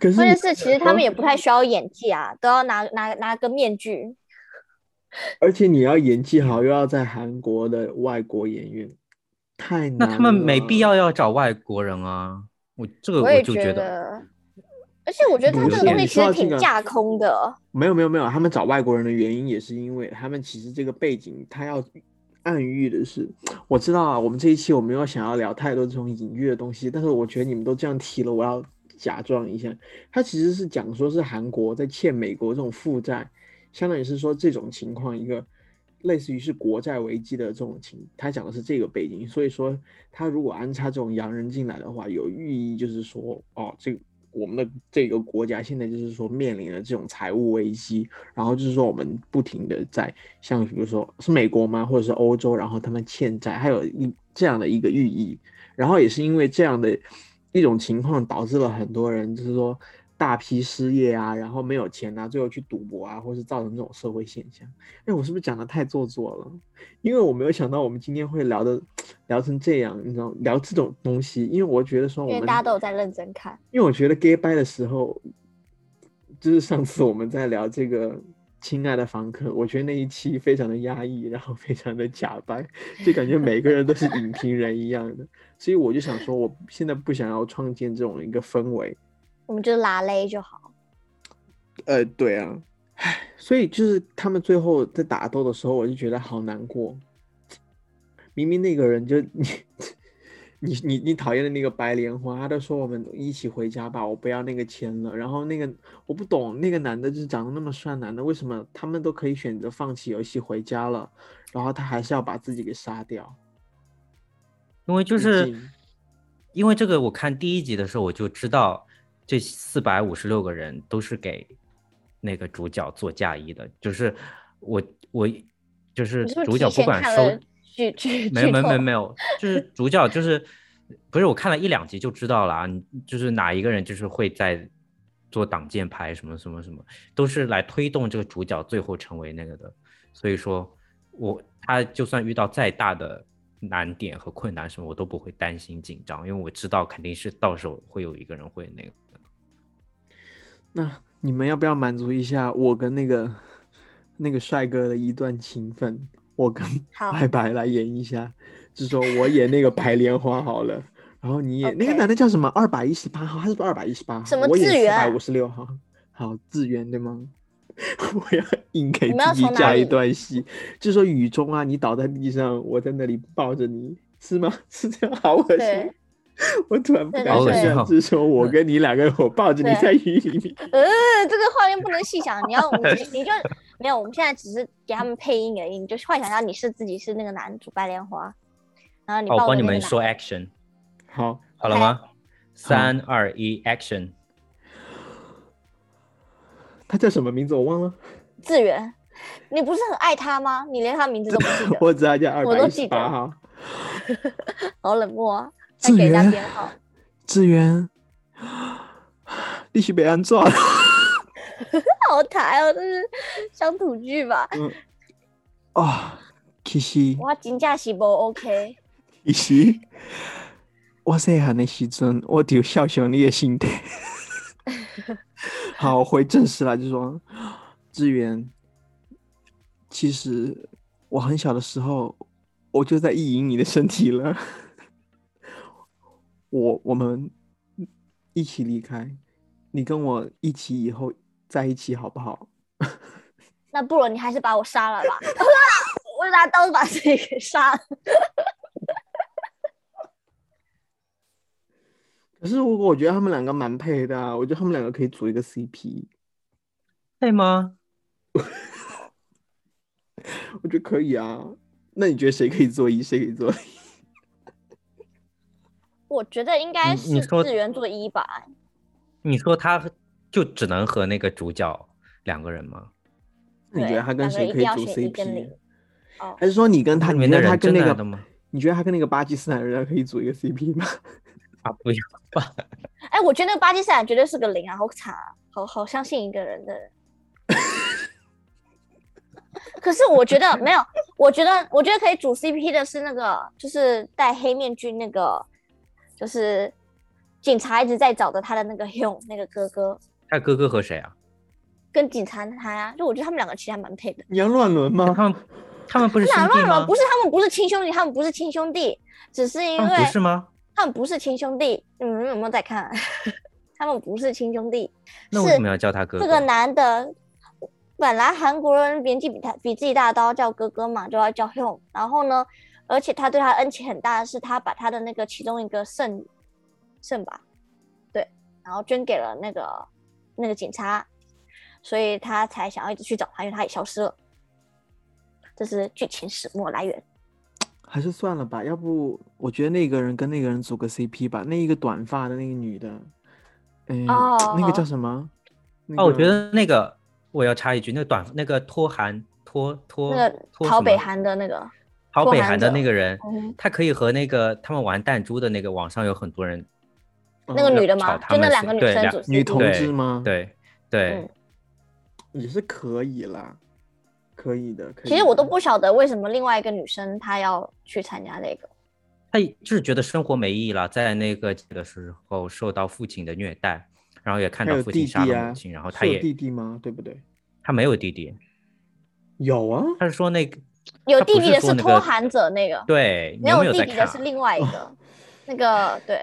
[SPEAKER 2] 可是
[SPEAKER 3] 关
[SPEAKER 2] 你
[SPEAKER 3] 键是其实他们也不太需要演技啊，都要拿拿拿个面具。
[SPEAKER 2] 而且你要演技好，又要在韩国的外国演员，太难
[SPEAKER 1] 那他们没必要
[SPEAKER 2] 了。
[SPEAKER 1] 要找外国人啊，我这个
[SPEAKER 3] 我也
[SPEAKER 1] 就
[SPEAKER 3] 觉
[SPEAKER 1] 得，
[SPEAKER 3] 得，而且我觉得他
[SPEAKER 1] 不
[SPEAKER 3] 这
[SPEAKER 1] 是
[SPEAKER 3] 个东
[SPEAKER 1] 你
[SPEAKER 3] 西
[SPEAKER 2] 说
[SPEAKER 3] 其
[SPEAKER 2] 到
[SPEAKER 3] 实
[SPEAKER 2] 这
[SPEAKER 3] 挺
[SPEAKER 2] 个
[SPEAKER 3] 架空的。
[SPEAKER 2] 没有没有没有，他们找外国人的原因也是因为他们其实这个背景，他要暗喻的是，我知道啊，我们这一期我没有想要聊太多这种隐喻的东西，但是我觉得你们都这样提了，我要假装一下，他其实是讲说是韩国在欠美国这种负债，相当于是说这种情况一个类似于是国债危机的这种情，他讲的是这个背景，所以说他如果安插这种洋人进来的话，有寓意就是说，哦，这我们的这个国家现在就是说面临了这种财务危机，然后就是说我们不停的在像比如说是美国吗，或者是欧洲，然后他们欠债，还有一这样的一个寓意，然后也是因为这样的一种情况，导致了很多人就是说大批失业啊，然后没有钱啊，最后去赌博啊，或是造成这种社会现象。哎，我是不是讲的太做作了？因为我没有想到我们今天会聊的聊成这样，你知道，聊这种东西，因为我觉得说我
[SPEAKER 3] 因为
[SPEAKER 2] 们
[SPEAKER 3] 大家都有在认真看，
[SPEAKER 2] 因为我觉得 gay bye 的时候，就是上次我们在聊这个《亲爱的房客》，我觉得那一期非常的压抑，然后非常的假掰，就感觉每个人都是影评人一样的。所以我就想说，我现在不想要创建这种一个氛围。
[SPEAKER 3] 我们就拉勒就好。
[SPEAKER 2] 呃，对啊，唉，所以就是他们最后在打斗的时候，我就觉得好难过。明明那个人就 你，你你你讨厌的那个白莲花，他都说我们一起回家吧，我不要那个钱了。然后那个我不懂，那个男的就是长得那么帅，男的为什么他们都可以选择放弃游戏回家了，然后他还是要把自己给杀掉？
[SPEAKER 1] 因为就
[SPEAKER 2] 毕
[SPEAKER 1] 是
[SPEAKER 2] 竟
[SPEAKER 1] 因为这个，我看第一集的时候我就知道，这四百五十六个人都是给那个主角做嫁衣的，就是我我就是
[SPEAKER 3] 你是不
[SPEAKER 1] 主
[SPEAKER 3] 是
[SPEAKER 1] 角
[SPEAKER 3] 提
[SPEAKER 1] 不
[SPEAKER 3] 前
[SPEAKER 1] 管
[SPEAKER 3] 看
[SPEAKER 1] 收
[SPEAKER 3] 了剧剧
[SPEAKER 1] 没有
[SPEAKER 3] 剧
[SPEAKER 1] 没有没有
[SPEAKER 3] 透？
[SPEAKER 1] 没有， 就是主角就是不是我看了一两集就知道了啊，你就是哪一个人就是会在做挡箭牌什么什么什么，都是来推动这个主角最后成为那个的。所以说我他就算遇到再大的难点和困难什么，我都不会担心紧张，因为我知道肯定是到时候会有一个人会那个。
[SPEAKER 2] 那你们要不要满足一下我跟那个 那个帅哥的一段情分？我跟
[SPEAKER 3] 好
[SPEAKER 2] 拜拜来演一下，就说我演那个白莲花好了，然后你演那个
[SPEAKER 3] OK
[SPEAKER 2] 男的叫什么？二百一十八号，他是不是二百一十八？
[SPEAKER 3] 什么
[SPEAKER 2] 我演
[SPEAKER 3] 志
[SPEAKER 2] 四
[SPEAKER 3] 源啊
[SPEAKER 2] 百五十六号，好志源对吗？ 我要硬给
[SPEAKER 3] 你们要
[SPEAKER 2] 自己
[SPEAKER 3] 从哪
[SPEAKER 2] 加一
[SPEAKER 3] 里
[SPEAKER 2] 段戏，就说雨中啊，你倒在地上，我在那里抱着你，是吗？ 是这样，好恶心
[SPEAKER 3] 对。
[SPEAKER 2] 我突然不
[SPEAKER 3] 对
[SPEAKER 2] 敢
[SPEAKER 3] 对
[SPEAKER 2] 想
[SPEAKER 3] 对
[SPEAKER 2] 象，就是说我跟你两个人，我抱着你
[SPEAKER 3] 对
[SPEAKER 2] 在雨里面，
[SPEAKER 3] 呃，这个画面不能细想，你要你你就没有，我们现在只是给他们配音而已，你就幻想到你是自己是那个男主白莲花，然后你
[SPEAKER 1] 好，哦我
[SPEAKER 3] 抱
[SPEAKER 1] 帮你嗯
[SPEAKER 3] 着那个
[SPEAKER 1] 们
[SPEAKER 3] 男
[SPEAKER 1] 说 action，
[SPEAKER 2] 好，
[SPEAKER 1] 好了吗？三二一，action！
[SPEAKER 2] 他叫什么名字我忘了，
[SPEAKER 3] 志远，你不是很爱他吗？你连他名字都不 记得，
[SPEAKER 2] 我只要叫二
[SPEAKER 3] 我
[SPEAKER 2] 百
[SPEAKER 3] 都
[SPEAKER 2] 一十
[SPEAKER 3] 记得
[SPEAKER 2] 八号。
[SPEAKER 3] 好冷漠啊！还
[SPEAKER 2] 志
[SPEAKER 3] 给人家
[SPEAKER 2] 源
[SPEAKER 3] 编号，
[SPEAKER 2] 志源， 你是被安怎 了？
[SPEAKER 3] 好台哦，这是乡土剧吧？
[SPEAKER 2] 哦，其实
[SPEAKER 3] 哇，金价是不 OK，
[SPEAKER 2] 其实，我细汉的时阵，我就笑想你的心态。好，回正事来，就说志源，其实我很小的时候，我就在意淫你的身体了。我我们一起离开，你跟我一起以后在一起好不好？
[SPEAKER 3] 那不如你还是把我杀了吧！ 我拿刀把自己给杀了。
[SPEAKER 2] 可是我我觉得他们两个蛮配的、啊，我觉得他们两个可以组一个 CP，
[SPEAKER 1] 对吗？
[SPEAKER 2] 我觉得可以啊。那你觉得谁可以做一，谁可以做零？
[SPEAKER 3] 我觉得应该
[SPEAKER 1] 你你
[SPEAKER 3] 是
[SPEAKER 1] 说
[SPEAKER 3] 志源做一吧，
[SPEAKER 1] 你说他就只能和那个主角两个人吗？
[SPEAKER 2] 那你觉
[SPEAKER 3] 对
[SPEAKER 2] 得他跟
[SPEAKER 3] 两个
[SPEAKER 2] 谁可
[SPEAKER 3] 一定
[SPEAKER 2] 以
[SPEAKER 3] 要
[SPEAKER 2] 组
[SPEAKER 3] 选一跟
[SPEAKER 2] CP？
[SPEAKER 3] 零哦
[SPEAKER 2] 还是说你跟他，
[SPEAKER 1] 里
[SPEAKER 2] 你
[SPEAKER 1] 面
[SPEAKER 2] 觉
[SPEAKER 1] 的
[SPEAKER 2] 得他
[SPEAKER 1] 人真
[SPEAKER 2] 跟那
[SPEAKER 1] 的的
[SPEAKER 2] 个，
[SPEAKER 1] 吗？
[SPEAKER 2] 你觉得他跟那个巴基斯坦人可以组一个 CP 吗？
[SPEAKER 1] 啊，不要吧！
[SPEAKER 3] 哎、我觉得那个巴基斯坦绝对是个零啊，好惨啊，好好相信一个人的人。可是我觉得没有，我觉得我觉得可以组 CP 的是那个，就是戴黑面具那个，就是警察一直在找的他的那个 Hill 那个哥哥，
[SPEAKER 1] 他哥哥和谁啊？
[SPEAKER 3] 跟警察他呀、就我觉得他们两个其实还蛮配的。
[SPEAKER 2] 你要乱伦吗？
[SPEAKER 1] 他们他们不是兄
[SPEAKER 3] 哪
[SPEAKER 1] 弟
[SPEAKER 3] 乱
[SPEAKER 1] 吗
[SPEAKER 3] 了？？不是他们不是亲兄弟，他们不是亲兄弟，只是因
[SPEAKER 1] 他
[SPEAKER 3] 为
[SPEAKER 1] 啊们不是吗？
[SPEAKER 3] 他们不是亲兄弟。嗯你们有没有在看啊？ 他们不是亲兄弟，
[SPEAKER 1] 那为
[SPEAKER 3] 是
[SPEAKER 1] 什么要叫他哥哥？
[SPEAKER 3] 这个男的本来韩国人年纪比他比自己大，都要叫哥哥嘛，就要叫 h o n 然后呢，而且他对他恩情很大，是他把他的那个其中一个肾肾吧，对，然后捐给了那个那个警察，所以他才想要一直去找他，因为他也消失了。这是剧情始末来源。
[SPEAKER 2] 还是算了吧，要不我觉得那个人跟那个人组个 CP 吧，那一个短发的那个女的，哎、那个叫
[SPEAKER 3] 哦
[SPEAKER 2] 什么？那
[SPEAKER 1] 哦，我
[SPEAKER 2] 个
[SPEAKER 1] 觉
[SPEAKER 3] 嗯
[SPEAKER 1] 得那个我要插一句，那个短那个脱韩脱脱
[SPEAKER 3] 那个
[SPEAKER 1] 脱
[SPEAKER 3] 陶
[SPEAKER 1] 什
[SPEAKER 3] 北
[SPEAKER 1] 么
[SPEAKER 3] 韩的那个，
[SPEAKER 1] 陶
[SPEAKER 3] 脱
[SPEAKER 1] 北
[SPEAKER 3] 韩
[SPEAKER 1] 韩的
[SPEAKER 3] 者
[SPEAKER 1] 那个人，
[SPEAKER 3] 嗯
[SPEAKER 1] 他可以和那个他们玩弹珠的那个网上有很多人
[SPEAKER 3] 那个
[SPEAKER 2] 嗯
[SPEAKER 3] 女的
[SPEAKER 1] 吵
[SPEAKER 3] 嘛，
[SPEAKER 1] 他
[SPEAKER 3] 就那
[SPEAKER 1] 们
[SPEAKER 3] 两
[SPEAKER 1] 是
[SPEAKER 3] 个女
[SPEAKER 1] 对
[SPEAKER 3] 生
[SPEAKER 1] 两
[SPEAKER 3] 组 CP
[SPEAKER 2] 女同
[SPEAKER 1] 对
[SPEAKER 2] 志吗？，
[SPEAKER 1] 对对
[SPEAKER 3] 嗯，
[SPEAKER 2] 也是可以啦，可以的。可
[SPEAKER 3] 其
[SPEAKER 2] 以
[SPEAKER 3] 实我都
[SPEAKER 2] 的
[SPEAKER 1] 哦
[SPEAKER 3] 不晓得为什么另外一个女生她要去参加那个。
[SPEAKER 1] 他就是觉得生活没意义了，在那个的时候受到父亲的虐待，然后也看
[SPEAKER 2] 还
[SPEAKER 1] 到
[SPEAKER 2] 有
[SPEAKER 1] 父亲
[SPEAKER 2] 弟
[SPEAKER 1] 杀
[SPEAKER 2] 弟
[SPEAKER 1] 了
[SPEAKER 2] 啊
[SPEAKER 1] 母亲，然后
[SPEAKER 2] 是
[SPEAKER 1] 他
[SPEAKER 2] 有
[SPEAKER 1] 也
[SPEAKER 2] 弟弟吗？对不对？
[SPEAKER 1] 他没有弟弟，
[SPEAKER 2] 有啊，
[SPEAKER 1] 他是说那个
[SPEAKER 3] 有
[SPEAKER 1] 他不
[SPEAKER 3] 弟弟的
[SPEAKER 1] 说
[SPEAKER 3] 是
[SPEAKER 1] 那
[SPEAKER 3] 脱
[SPEAKER 1] 个
[SPEAKER 3] 韩者那个，
[SPEAKER 1] 对，你
[SPEAKER 3] 没
[SPEAKER 1] 有没有
[SPEAKER 3] 弟
[SPEAKER 1] 在
[SPEAKER 3] 弟的
[SPEAKER 1] 看啊
[SPEAKER 3] 是？另外一 个，那个对，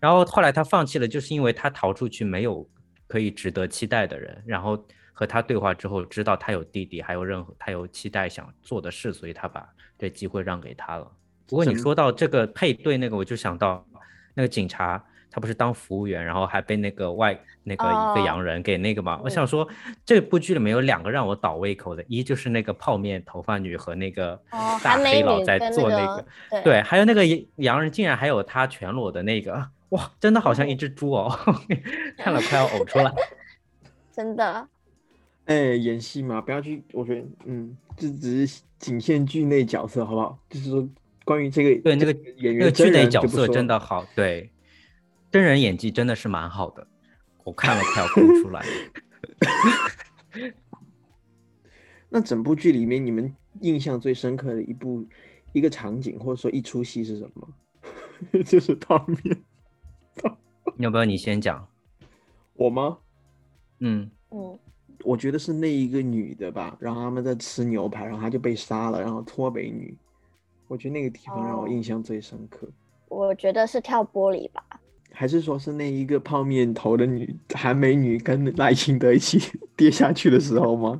[SPEAKER 1] 然后后来他放弃了，就是因为他逃出去没有可以值得期待的人，然后和他对话之后知道他有弟弟，还有任何他有期待想做的事，所以他把这机会让给他了。不过你
[SPEAKER 2] 整
[SPEAKER 1] 说到这个配对那个，我就想到那个警察，他不是当服务员，然后还被那个外那个一
[SPEAKER 3] 哦
[SPEAKER 1] 个洋人给那个嘛。我
[SPEAKER 3] 嗯
[SPEAKER 1] 想说这部剧里面有两个让我倒胃口的，一就是那个泡面头发女和那个
[SPEAKER 3] 哦，
[SPEAKER 1] 大
[SPEAKER 3] 韩美
[SPEAKER 1] 黑
[SPEAKER 3] 女
[SPEAKER 1] 佬
[SPEAKER 3] 跟
[SPEAKER 1] 在做那个
[SPEAKER 3] 个。对
[SPEAKER 1] 对，还有那个洋人竟然还有他全裸的那个，哇，真的好像一只猪哦， 看了快要呕出来。
[SPEAKER 3] 真的
[SPEAKER 2] 哎、演戏嘛，不要去，我觉得，嗯，这只是仅限剧内角色，好不好？就是说，关于这个
[SPEAKER 1] 对，那
[SPEAKER 2] 这
[SPEAKER 1] 个那个
[SPEAKER 2] 演员
[SPEAKER 1] 剧
[SPEAKER 2] 真
[SPEAKER 1] 内
[SPEAKER 2] 人就
[SPEAKER 1] 角
[SPEAKER 2] 不
[SPEAKER 1] 色
[SPEAKER 2] 说
[SPEAKER 1] 真
[SPEAKER 2] 了，
[SPEAKER 1] 的好，对，真人演技真的是蛮好的，我看了 快要哭出来。
[SPEAKER 2] 那整部剧里面，你们印象最深刻的一部一个场景，或者说一出戏是什么？ 就是汤面。
[SPEAKER 1] 要不要你先讲？
[SPEAKER 2] 我吗？
[SPEAKER 1] 嗯，
[SPEAKER 3] 嗯，
[SPEAKER 2] 我觉得是那一个女的吧，然后他们在吃牛排，然后她就被杀了，然后脱北女。我觉得那个地方让我
[SPEAKER 3] 哦
[SPEAKER 2] 印象最深刻。
[SPEAKER 3] 我觉得是跳玻璃吧，
[SPEAKER 2] 还是说是那一个泡面头的女韩美女跟赖清德一起 跌下去的时候吗？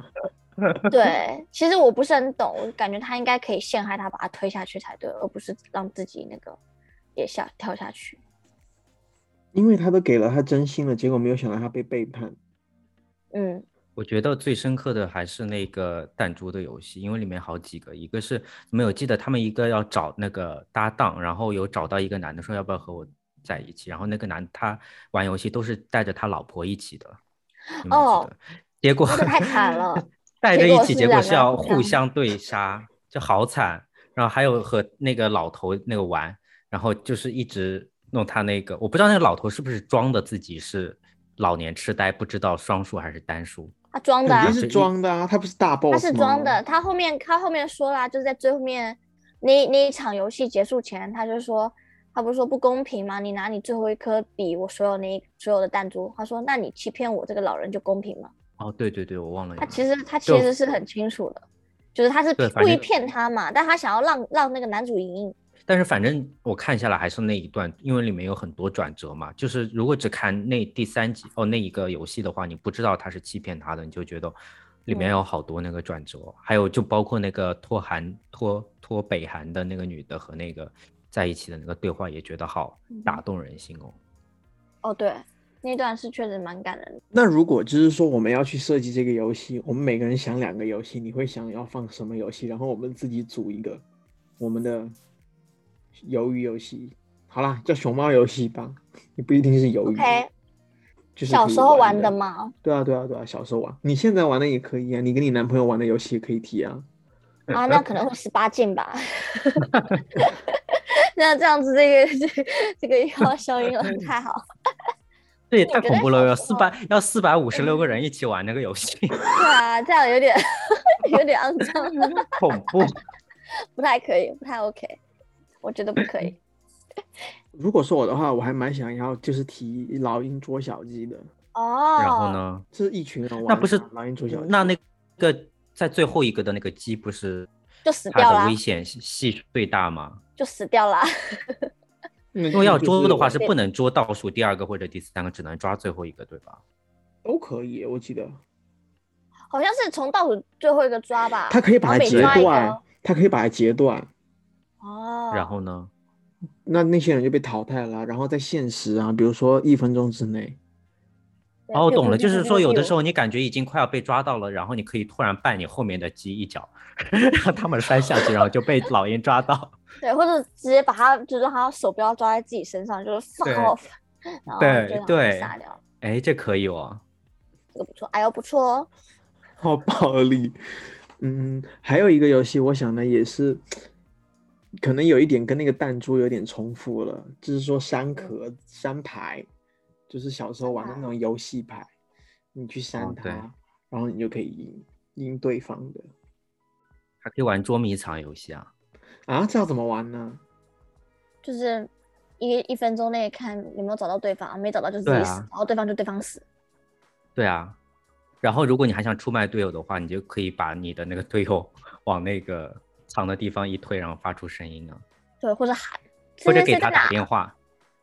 [SPEAKER 3] 对，其实我不是很懂，我感觉他应该可以陷害他，把他推下去才对，而不是让自己那个也下跳下去。
[SPEAKER 2] 因为他都给了他真心了，结果没有想到他被背叛。
[SPEAKER 3] 嗯，
[SPEAKER 1] 我觉得最深刻的还是那个弹珠的游戏，因为里面好几个，一个是你们有记得他们一个要找那个搭档，然后有找到一个男的说要不要和我在一起，然后那个男他玩游戏都是带着他老婆一起的，你们有记
[SPEAKER 3] 哦
[SPEAKER 1] 得？结果
[SPEAKER 3] 那个太惨了，
[SPEAKER 1] 带
[SPEAKER 3] 结
[SPEAKER 1] 着一
[SPEAKER 3] 果
[SPEAKER 1] 起，
[SPEAKER 3] 是
[SPEAKER 1] 结果
[SPEAKER 3] 两
[SPEAKER 1] 是
[SPEAKER 3] 个
[SPEAKER 1] 要
[SPEAKER 3] 互相
[SPEAKER 1] 互相对杀，就好惨。然后还有和那个老头那个玩，然后就是一直弄他那个，我不知道那个老头是不是装的自己是老年痴呆，不知道双数还是单数。
[SPEAKER 3] 他装的、啊
[SPEAKER 2] 肯定，是装的啊，他不是大 boss 吗
[SPEAKER 3] 他是装的，。他后面他后面说啦，就是在最后面那那一场游戏结束前，他就说，他不是说不公平吗？你拿你最后一颗比我所有那一所有的弹珠，他说，那你欺骗我这个老人就公平吗？
[SPEAKER 1] 哦，对对对，我忘了有。
[SPEAKER 3] 他其实他
[SPEAKER 1] 就
[SPEAKER 3] 其实是很清楚的，就是他是
[SPEAKER 1] 对反
[SPEAKER 3] 故意
[SPEAKER 1] 正
[SPEAKER 3] 骗他嘛，但他想要让让那个男主赢，
[SPEAKER 1] 但是反正我看下来还是那一段，因为里面有很多转折嘛。就是如果只看那第三集哦那一个游戏的话，你不知道他是欺骗他的，你就觉得里面
[SPEAKER 3] 嗯
[SPEAKER 1] 有好多那个转折，还有就包括那个脱韩脱脱北韩的那个女的和那个在一起的那个对话，也觉得好
[SPEAKER 3] 嗯
[SPEAKER 1] 打动人心哦。
[SPEAKER 3] 哦，对，那段是确实蛮感人的。
[SPEAKER 2] 那如果就是说我们要去设计这个游戏，我们每个人想两个游戏，你会想要放什么游戏？然后我们自己组一个我们的鱿鱼游戏。好啦，叫熊猫游戏吧，也不一定是鱿鱼
[SPEAKER 1] 嗯
[SPEAKER 3] OK，
[SPEAKER 2] 就是
[SPEAKER 3] 小
[SPEAKER 2] 可以
[SPEAKER 3] 时候
[SPEAKER 2] 玩
[SPEAKER 3] 玩 的嘛，
[SPEAKER 2] 对啊，对啊，对啊，小时候玩，你现在玩的也可以啊，你跟你男朋友玩的游戏也可以提啊。
[SPEAKER 3] 啊，那可能会十八禁吧。 那这样子，这个这个这个要消音了，太好。
[SPEAKER 1] 这也
[SPEAKER 3] 我
[SPEAKER 1] 太
[SPEAKER 3] 觉
[SPEAKER 1] 恐
[SPEAKER 3] 得
[SPEAKER 1] 怖了，
[SPEAKER 3] 小
[SPEAKER 1] 要
[SPEAKER 3] 时嗯
[SPEAKER 1] 四百要四百五十六个人一起玩那个游戏。
[SPEAKER 3] 对啊，这样有点 有点肮脏，
[SPEAKER 1] 恐怖。
[SPEAKER 3] 不太可以，不太 OK，我觉得不可以。
[SPEAKER 2] 如果是我的话，我还蛮想要就是提老鹰捉小鸡的，
[SPEAKER 3] 哦，嗯
[SPEAKER 1] 然后？呢？
[SPEAKER 2] 这是一群人玩
[SPEAKER 1] 那不是
[SPEAKER 2] 嘛老鹰捉小鸡，
[SPEAKER 1] 那那个在最后一个的那个鸡不是
[SPEAKER 3] 就死掉
[SPEAKER 1] 它
[SPEAKER 3] 啦嗯
[SPEAKER 1] 的危，险系系数最大吗？
[SPEAKER 3] 就死掉啦。
[SPEAKER 2] 因
[SPEAKER 1] 因为要捉的话
[SPEAKER 2] 是
[SPEAKER 1] 是不能捉倒数第二个或者第三个，只能抓最后一个，对吧？
[SPEAKER 2] 都可以，我记得
[SPEAKER 3] 好像是从倒数最后一个抓吧，
[SPEAKER 2] 他可以把它
[SPEAKER 3] 然啊后每
[SPEAKER 2] 截
[SPEAKER 3] 抓一个
[SPEAKER 2] 断，他可以把它截断，
[SPEAKER 3] 哦，
[SPEAKER 1] 然后呢？
[SPEAKER 2] 那那些人就被淘汰了。然后在限时啊，比如说一分钟之内，
[SPEAKER 3] 对
[SPEAKER 1] 哦，懂了，就是说有的时，
[SPEAKER 3] 就
[SPEAKER 1] 候你感觉已经快要被抓到了，然后你可以突然绊你后面的鸡一脚， 让他们摔下去，然后就被老鹰抓到。
[SPEAKER 3] 对，或者直接把他就是让他手不要抓在自己身上，就是放
[SPEAKER 1] 对
[SPEAKER 3] off，然后 就
[SPEAKER 1] 对
[SPEAKER 3] 让他
[SPEAKER 1] 对
[SPEAKER 3] 杀掉了，
[SPEAKER 1] 哎，这可以哦。
[SPEAKER 3] 这个不错，哎呦不错哦，
[SPEAKER 2] 好暴力。嗯，还有一个游戏，我想呢也是，可能有一点跟那个弹珠有点重复了，就是说
[SPEAKER 3] 嗯
[SPEAKER 2] 山壳、山牌，就是小时候玩的那种游戏牌，你去
[SPEAKER 1] 哦
[SPEAKER 2] 扇它，
[SPEAKER 1] 对
[SPEAKER 2] 然后你就可以赢赢对方的
[SPEAKER 1] 还可以玩捉迷藏游戏啊。
[SPEAKER 2] 啊，这要怎么玩呢？
[SPEAKER 3] 就是一一分钟内看有没有找到对方，没找到就自
[SPEAKER 1] 对
[SPEAKER 3] 己
[SPEAKER 1] 啊
[SPEAKER 3] 死，然后对方就对方死，
[SPEAKER 1] 对啊，然后如果你还想出卖队友的话，你就可以把你的那个队友 往那个藏的地方一推，然后发出声音啊，
[SPEAKER 3] 对，或者喊，
[SPEAKER 1] 或
[SPEAKER 3] 这
[SPEAKER 1] 者
[SPEAKER 3] 边
[SPEAKER 1] 给
[SPEAKER 3] 是
[SPEAKER 1] 他
[SPEAKER 3] 在哪
[SPEAKER 1] 打电话。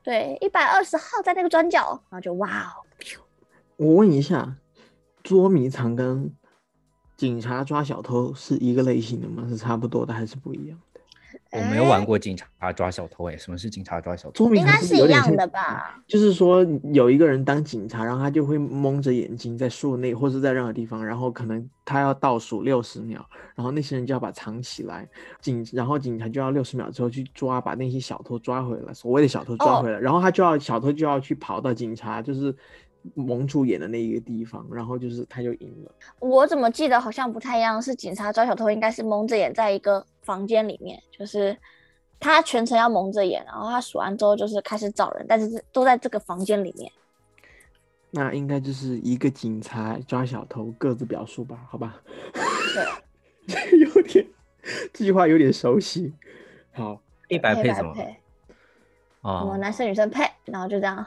[SPEAKER 3] 对，一百二十号在那个转角，然后就哇哦，
[SPEAKER 2] 我问一下，捉迷藏跟警察抓小偷是一个类型的吗？是差不多的还是不一样的？
[SPEAKER 1] 我没有
[SPEAKER 3] 哎
[SPEAKER 1] 玩过警察抓小偷，哎，什么是警察抓小偷？
[SPEAKER 2] 捉迷
[SPEAKER 3] 应
[SPEAKER 2] 藏
[SPEAKER 3] 该
[SPEAKER 2] 是不
[SPEAKER 3] 是
[SPEAKER 2] 有
[SPEAKER 3] 一
[SPEAKER 2] 点
[SPEAKER 3] 样
[SPEAKER 2] 像
[SPEAKER 3] 的？
[SPEAKER 1] 嗯
[SPEAKER 3] 吧？
[SPEAKER 2] 就是说有一个人当警察，然后他就会蒙着眼睛在树内或是在任何地方，然后可能他要倒数六十秒，然后那些人就要把藏起来，警然后警察就要六十秒之后去抓，把那些小偷抓回来，所谓的小偷抓
[SPEAKER 3] 哦
[SPEAKER 2] 回来，然后他就要小偷就要去跑到警察就是蒙住眼的那一个地方，然后就是他就赢了。
[SPEAKER 3] 我怎么记得好像不太一样？是警察抓小偷，应该是蒙着眼在一个房间里面，就是他全程要蒙着眼，然后他数完之后就是开始找人，但是都在这个房间里面。
[SPEAKER 2] 那应该就是一个警察抓小偷各自表述吧，好吧？ 有点，这句话有点熟悉。好，
[SPEAKER 1] 黑白
[SPEAKER 3] 配
[SPEAKER 1] 配
[SPEAKER 3] 白
[SPEAKER 1] 怎么？
[SPEAKER 3] 配我
[SPEAKER 1] 哦
[SPEAKER 3] 们，男生女生配，然后就这样。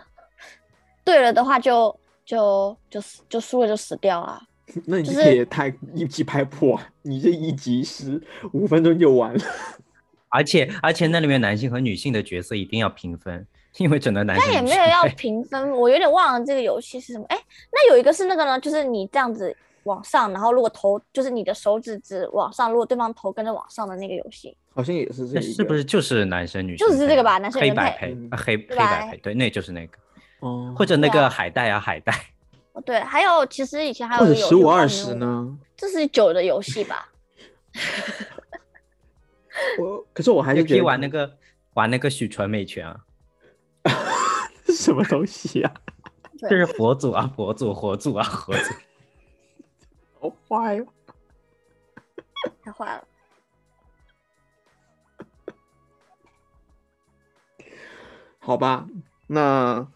[SPEAKER 3] 对了的话就就就死就输了就死掉了。
[SPEAKER 2] 那你
[SPEAKER 3] 就
[SPEAKER 2] 这个
[SPEAKER 3] 是
[SPEAKER 2] 也太一击拍破啊，你这一集十五分钟就完了。
[SPEAKER 1] 而且而且那里面男性和女性的角色一定要平分，因为整个男生
[SPEAKER 3] 但也
[SPEAKER 1] 女
[SPEAKER 3] 没
[SPEAKER 1] 性
[SPEAKER 3] 有要
[SPEAKER 1] 配
[SPEAKER 3] 评分，我有点忘了这个游戏是什么。哎，那有一个是那个呢，就是你这样子往上，然后如果头就是你的手指指往上，如果对方头跟着往上的那个游戏，
[SPEAKER 2] 好像也是这
[SPEAKER 1] 那
[SPEAKER 2] 一个，
[SPEAKER 1] 是不是就是男生女
[SPEAKER 3] 就
[SPEAKER 1] 生？
[SPEAKER 3] 是这个吧男生女
[SPEAKER 1] 黑
[SPEAKER 3] 生
[SPEAKER 1] 白
[SPEAKER 3] 配
[SPEAKER 1] 配
[SPEAKER 2] 嗯，
[SPEAKER 1] 啊黑黑
[SPEAKER 3] 对
[SPEAKER 1] 白
[SPEAKER 3] 吧
[SPEAKER 1] 配，对，那就是那个，
[SPEAKER 2] 哦？
[SPEAKER 1] 或者那
[SPEAKER 3] 对啊
[SPEAKER 1] 个海带啊，海带。
[SPEAKER 3] 哦对，还有其实以前还
[SPEAKER 2] 或者
[SPEAKER 3] 有一个
[SPEAKER 2] 十
[SPEAKER 3] 游戏
[SPEAKER 2] 五
[SPEAKER 3] 我忘
[SPEAKER 2] 二
[SPEAKER 3] 了
[SPEAKER 2] 十？呢？
[SPEAKER 3] 这是酒的游戏吧？
[SPEAKER 2] 我可是我还
[SPEAKER 1] 也
[SPEAKER 2] 是
[SPEAKER 1] 可
[SPEAKER 2] 觉
[SPEAKER 1] 以
[SPEAKER 2] 得
[SPEAKER 1] 玩那个玩那个许纯美拳啊，
[SPEAKER 2] 什么东西啊，
[SPEAKER 3] 对
[SPEAKER 1] 就是佛祖啊，佛祖，佛祖啊，佛祖。
[SPEAKER 2] 好坏哦。
[SPEAKER 3] 太坏了。
[SPEAKER 2] 好吧，那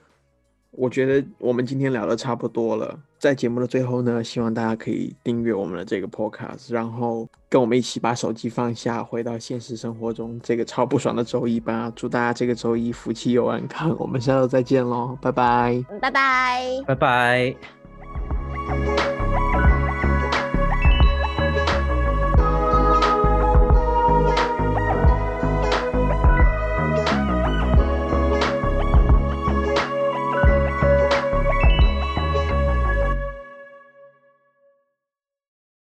[SPEAKER 2] 我觉得我们今天聊的差不多了。在节目的最后呢，希望大家可以订阅我们的这个 podcast，然后跟我们一起把手机放下，回到现实生活中这个超不爽的周一吧。祝大家这个周一福气又安康，我们下周再见喽，拜拜。
[SPEAKER 3] 嗯，拜拜。
[SPEAKER 1] 拜拜。